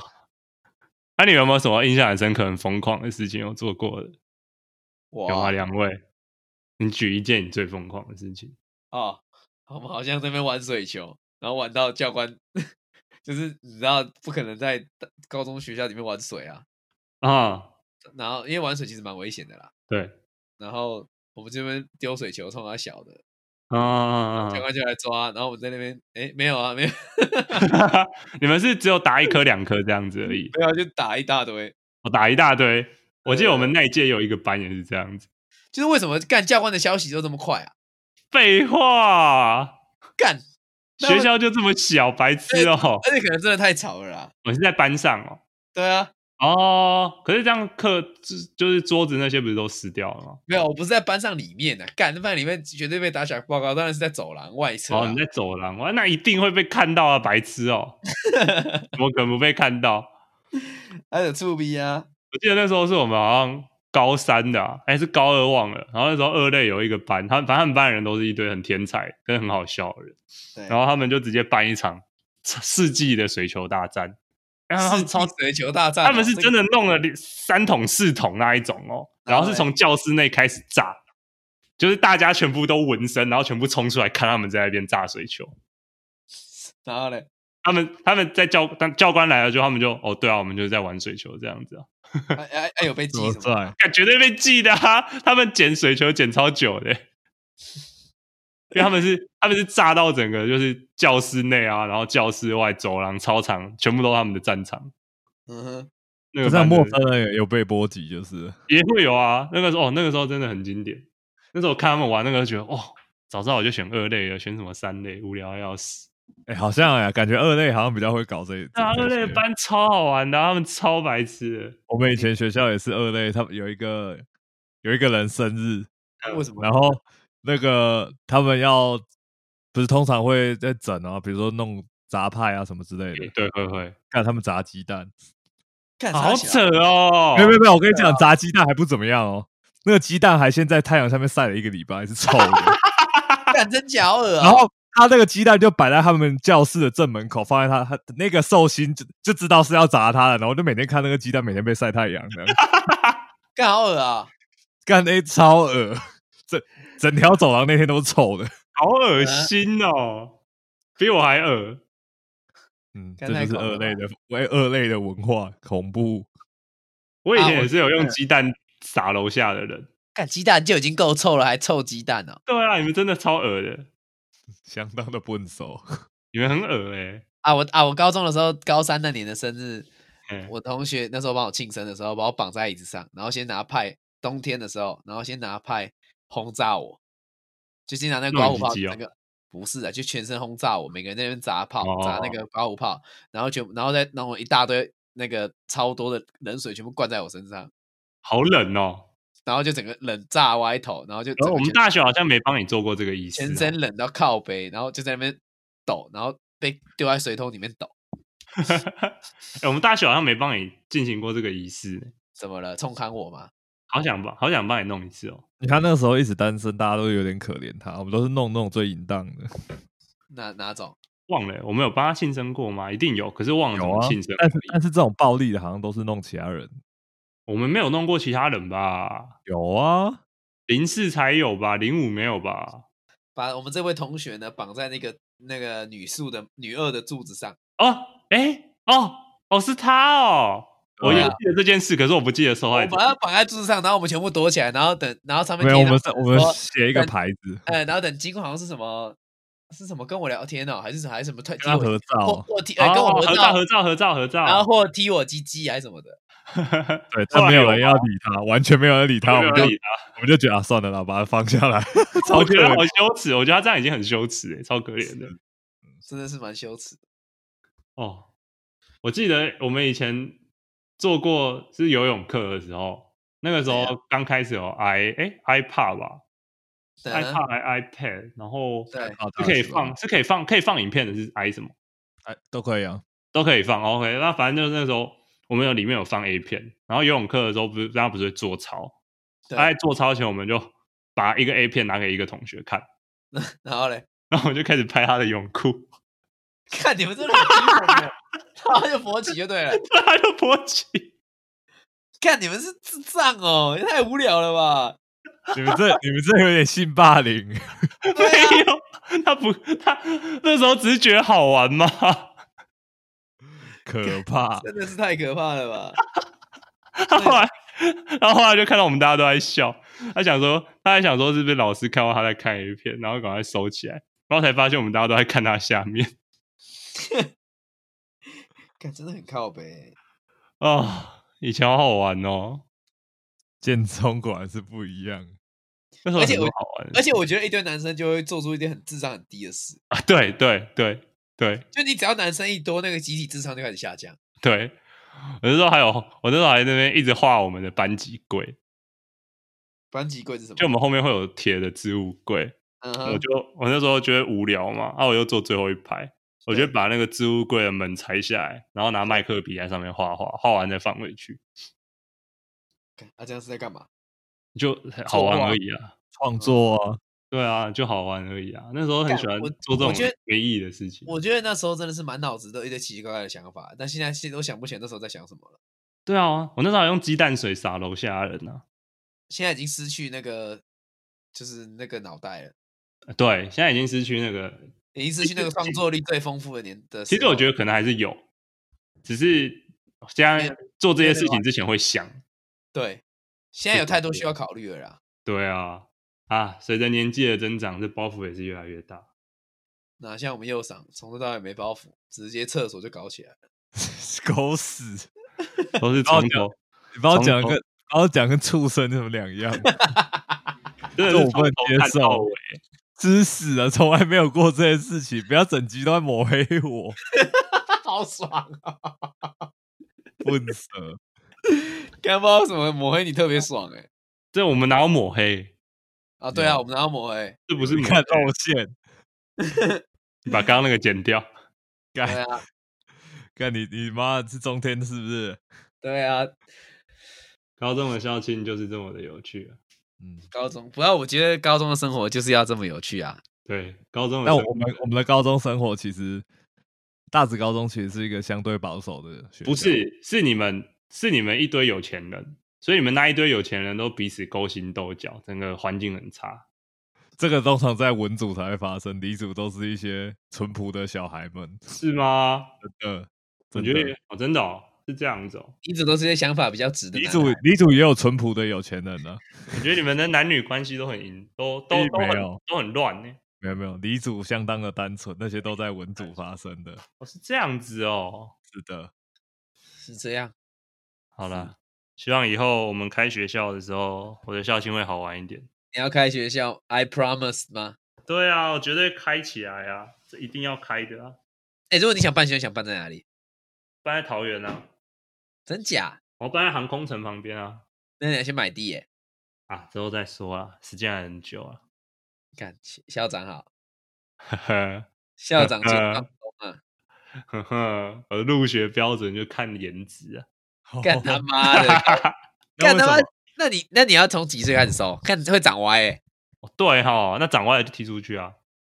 C: 那、你们有没有什么印象很深刻、很疯狂的事情有做过的？
A: 我
C: 有
A: 啊
C: 啊，两位，你举一件你最疯狂的事情。
A: 哦，我们好像在那边玩水球，然后玩到教官， 就是你知道不可能在大高中学校里面玩水啊。
C: 啊，
A: 然后因为玩水其实蛮危险的啦，
C: 对，
A: 然后我们这边丢水球冲他小的，
C: 啊
A: 教，官就来抓，然后我们在那边，哎，没有啊，没有，
C: 你们是只有打一颗、两颗这样子 而已，
A: 没有啊，就打一大堆。
C: 我打一大堆。我记得我们那一届有一个班也是这样子。
A: 就是为什么干教官的消息都这么快啊？
C: 废话，
A: 干，那
C: 学
A: 我
C: 校就这么小，白痴哦、
A: 而且可能真的太吵了啦。
C: 我是在班上哦、
A: 对啊，
C: 哦，可是这样课就就是桌子那些不是都撕掉了吗？
A: 没有，我不是在班上里面的、啊，干，那班里面绝对被打小报告，当然是在走廊外侧、
C: 哦，
A: 啊
C: 你。在走廊，哇，那一定会被看到啊，白痴 哦、怎么可能不被看到？
A: 还有触逼啊，
C: 我记得那时候是我们好像高三的、啊，还是高二忘了。然后那时候二类有一个班，他们反正他们班的人都是一堆很天才跟很好笑的人，
A: 对，
C: 然后他们就直接办一场世纪的水球大战，然后他
A: 世
C: 们
A: 纪
C: 超
A: 水球大 战哦、
C: 他们是
A: 这个
C: 真的弄了三桶四桶那一种哦，
A: 然
C: 然
A: 后
C: 后是从教室内开始炸，就是大家全部都闻声，然后全部冲出来看他们在那边炸水球。
A: 然后嘞，
C: 他们他们在教当教官来了之后，他们就哦对啊，我们就是在玩水球这样子啊，
A: 哎哎哎，有被记
B: 多
A: 什么？
B: 帅！
C: 感绝对被记的啊！ 他们捡水球捡超久的， 因为他们是他们是炸到整个就是教室内啊，然后教室外、走廊、操场，全部都是他们的战场。
A: 嗯哼，
C: 那
B: 不
C: 个
B: 是啊
C: 班真
B: 陌
C: 的
B: 生人也有被波及，就是
C: 也会有啊。那个时候，哦，那个时候真的很经典。那时候我看他们玩那个，觉得哦，早知道我就选二类了，选什么三类，无聊得要死。
B: 哎、好像哎、感觉二类好像比较会搞这。
C: 那
B: 这
C: 啊二
B: 些
C: 类班超好玩的啊，他们超白痴
B: 我们以前学校也是二类，他们有一个有一个人生日，
A: 为什么？
B: 然后那个他们要不是通常会在整啊，比如说弄杂派啊什么之类
C: 的。
B: 的，
C: 对，会会，
B: 看他们炸鸡蛋。
A: 干
C: 好
A: 啥
C: 扯哦！
B: 没有没有没有，我跟你
A: 啊
B: 讲，炸鸡蛋还不怎么样哦。那个鸡蛋还先在太阳下面晒了一个礼拜，是臭 的。
A: 干真假耳啊！
B: 然后他那个鸡蛋就摆在他们教室的正门口，放在他他那个寿星就就知道是要砸他了。然后就每天看那个鸡蛋，每天被晒太阳的，
A: 干好耳啊！
B: 干 A 超恶，整整条走廊那天都是臭的。
C: 好恶心哦，比我还恶。
B: 嗯，这
A: 干
B: 就
A: 太
B: 是
A: 恐
B: 二
A: 了吧
B: 类的为二类的文化恐怖。
C: 我以
A: 啊
C: 前
A: 我
C: 也是有用
A: 嗯
C: 鸡蛋撒楼下的人。
A: 干鸡蛋就已经够臭了，还臭鸡蛋哦！
C: 对啊，你们真的超恶的，
B: 相当的笨 手，
C: 你们很恶哎、
A: 啊，我啊，我高中的时候，高三那年的生日，
C: 欸。
A: 我同学那时候帮我庆生的时候，把我绑在椅子上，然后先拿派，冬天的时候，然后先拿派轰炸我，就先拿那个
C: 弄
A: 刮
C: 你
A: 胡泡
C: 鸡鸡哦
A: 那个。不是啊，就全身轰炸我，每个人在那边砸炮，砸那
C: 哦
A: 个刮胡泡，然后全然后再弄了一大堆那个超多的冷水，全部灌在我身上，
C: 好冷哦。
A: 然后就整个冷炸歪头，然后就
C: 然
A: 整个
C: 后我们
A: 全
C: 大学好像没帮你做过这个仪式、哦，
A: 全身冷到靠背，然后就在那边抖，然后被丢在水桶里面抖，
C: 哎我们大学好像没帮你进行过这个仪式，
A: 怎么了？冲康我吗？
C: 好想帮，好想帮你弄一次哦。
B: 他那个时候一直单身，大家都有点可怜他。我们都是弄那种最淫荡的，
A: 哪哪种？
C: 忘了，欸我们有帮他庆生过吗？一定有，可是忘了怎
B: 有
C: 么
B: 啊
C: 庆生。
B: 但是但是这种暴力的，好像都是弄其他人。
C: 我们没有弄过其他人吧？
B: 有啊，
C: 零四才有吧？零五没有吧？
A: 把我们这位同学呢绑在那个那个女宿的女二的柱子上，
C: 哦，哎，哦，哦，是他哦。我
B: 对
C: 也
B: 啊
C: 记得这件事，可是我不记得受
A: 我
C: 害
A: 们
C: 者哦
A: 把。她绑在柱子上，然后我们全部躲起来，然后等，然后上面
B: 没有，我
A: 贴
B: 们
A: 上
B: 我们
A: 说
B: 写一个牌子，
A: 呃，然后等经过好像是什么是什么跟我聊天哦，还是什么还是什么推踢
B: 跟他
A: 我
B: 合
A: 或
B: 照。
A: 或踢、呃、跟我合
C: 哦，合
A: 照，
C: 合照，合照，合照。
A: 然后或踢我鸡鸡还是什么的，
B: 对，但没有人要理他，完全没有人理他，我
C: 没有
B: 们
C: 人
B: 就
C: 理
B: 我们就觉得啊，算了啦，把他放下来。 超
C: 我
B: 可
C: 觉
B: 怜
C: 得好羞耻，我觉得他这样已经很羞耻哎，超可 怜的
A: 真的是蛮羞耻。
C: 哦。我记得我们以前做过是游泳课的时候，那个时
A: 对啊
C: 候刚开始有 i 哎 iPad 吧
A: 对啊
C: ，iPad 还 iPad，然后
A: 对，啊
C: 是可以放是可以放可以放影片的是 i 什么
B: 啊哎，都可以 啊。
C: 都可以放 OK。那反正就是那时候我们有里面有放 A 片，然后游泳课的时候不是大家不是会做操，
A: 对啊
C: 他在做操前我们就把一个 A 片拿给一个同学看，
A: 然后嘞，
C: 然后我就开始拍他的泳裤，
A: 看你们这里， 然后就勃起就对了。
C: 他就勃起。
A: 看你们是智障哦，也太无聊了 吧？
B: 你们这你们这有点性霸凌，
A: 对啊，
C: 没有，他不，他那时候只是觉得好玩嘛。
B: 可怕。
A: 真的是太可怕了吧？
C: 他后来， 然后后来就看到我们大家都在笑，他想说，他还想说是不是老师看到他在看 A 片，然后赶快收起来，然后才发现我们大家都在看他下面
A: 看真的很靠北。
C: 啊、以前好好玩哦，
B: 建中果然是不一样。
C: 嗯那时候
A: 而且
C: 很多
A: 我
C: 好玩的
A: 而且我觉得一堆男生就会做出一些很智商很低的事，
C: 啊，对对对对
A: 就你只要男生一多，那个集体智商就开始下降。
C: 对，我那时候还有，我那时候还在那边一直画我们的班级柜，
A: 班级柜是什么？
C: 就我们后面会有贴的置物柜，
A: 嗯
C: 我
A: 哼，
C: 就我那时候觉得无聊嘛，啊，我又坐最后一排，我就把那个置物柜的门拆下来，然后拿麦克笔在上面画画，画完再放回去，
A: 看啊，这样是在干嘛？
C: 就好玩而已啊。
B: 创作啊，
C: 对啊，就好玩而已啊。那时候很
A: 干
C: 喜欢
A: 我
C: 做这
A: 我觉
C: 种
A: 得
C: 没意义的事情。
A: 我觉得那时候真的是满脑子都一堆奇奇怪怪的想法，但现在现在都想不起来那时候在想什么了。
C: 对啊，我那时候还用鸡蛋水洒楼下的人啊。
A: 现在已经失去那个，就是那个脑袋了，
C: 呃对，现在已经失去那个。
A: 已经失去那个创作力最丰富的年的时候了。
C: 哎其实我觉
B: 哦
C: 得可能还是有，只是现在做这些事情之前会想。
A: 对，现在有太多需要考虑了啦。
C: 对啊，啊，随着年纪的增长，这包袱也是越来越大。
A: 哪像我们右赏，从头到尾没包袱，直接厕所就搞起来了。
B: 狗屎！
C: 都是从头，
B: 你把我讲得
C: 从头
B: 跟把我讲得跟畜生有什么两 样？
C: 真
B: 这
C: 的是
B: 我
C: 从
B: 不能
C: 头
B: 接
C: 看
B: 受
C: 到尾。
B: 知死啊，从来没有过这件事情，不要整集都在抹黑我，
A: 好爽啊！
B: 混色。
A: 刚不知道为什么抹黑你特别爽哎、
C: 这我们哪有抹黑？
A: 啊，对啊，我们拿到抹黑，
C: 这 不是
B: 你
C: 抹
B: 看
C: 黑，
B: 露馅，
C: 你把刚刚那个剪掉。
A: 对
B: 干
A: 啊，
B: 干你你妈是中天是不是？
A: 对啊，
C: 高中的校庆就是这么的有趣、啊。
B: 嗯，
A: 高中，不要，我觉得高中的生活就是要这么有趣啊。
C: 对，高中的
B: 那
C: 生
B: 我我们我们的高中生活其实，大直高中其实是一个相对保守的学校，
C: 不是是你们是你们一堆有钱人，所以你们那一堆有钱人都彼此勾心斗角，整个环境很差。
B: 这个通常在文组才会发生，理组都是一些淳朴的小孩们。
C: 是吗？
B: 呃，
C: 我
B: 真
C: 觉
B: 的
C: 得哦，真的哦，是这样子哦。
A: 一直都是些想法比较直的
B: 李
A: 男
B: 主
A: 孩。
B: 李主也有淳朴的有钱人啊呢、
C: 我觉得你们的男女关系都很淫， 都都
B: 并
C: 都
B: 没
C: 很
B: 有
C: 都很乱呢、
B: 没有没有，李主相当的单纯，那些都在 文组发生的。
C: 哦，是这样子哦。
B: 是的，
A: 是这样，
C: 好啦，希望以后我们开学校的时候，我的校庆会好玩一点。
A: 你要开学校，I promise 吗？
C: 对啊，我绝对开起来啊，这一定要开的啊！
A: 哎、如果你想办学校，想办在哪里？
C: 搬在桃园啊，
A: 真假？
C: 我搬在航空城旁边啊，
A: 那你要先买地耶、
C: 啊，之后再说啊，时间还很 久啊。
A: 看校校长好，
C: 呵呵，
A: 校长见
C: 呃
A: 放松啊，
C: 呵呵，而入学标准就看颜值啊。
A: 干他妈 的，
B: 哦那
A: 干
B: 为
A: 他
B: 什
A: 妈
B: 么？！
A: 那你那你要从几岁开始收？看会长歪欸！
C: 哦对哈，那长歪了就踢出去啊，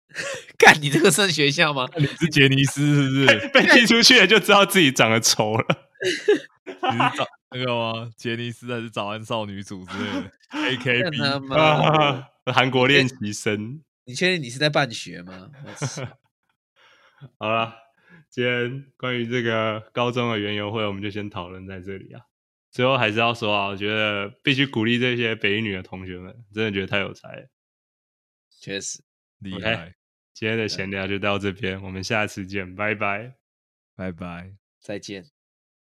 A: 干你这个剩学校吗？
B: 你是杰尼斯是不是？
C: 被踢出去了就知道自己长得丑了。
B: 你是早那个吗？杰尼斯还是早安少女组之 类的
A: 干他
B: ？AKB
A: 妈的！
C: 韩国练习生，
A: 你确定你是在办学吗？我 操
C: 好了，今天关于这个高中的园游会，我们就先讨论在这里啊。最后还是要说啊，我觉得必须鼓励这些北一女的同学们，真的觉得太有才了。
A: 确实，
B: 厉
C: OK
B: 害，
C: 今天的闲聊就到这边，我们下次见，拜拜。
B: 拜拜。
A: 再见。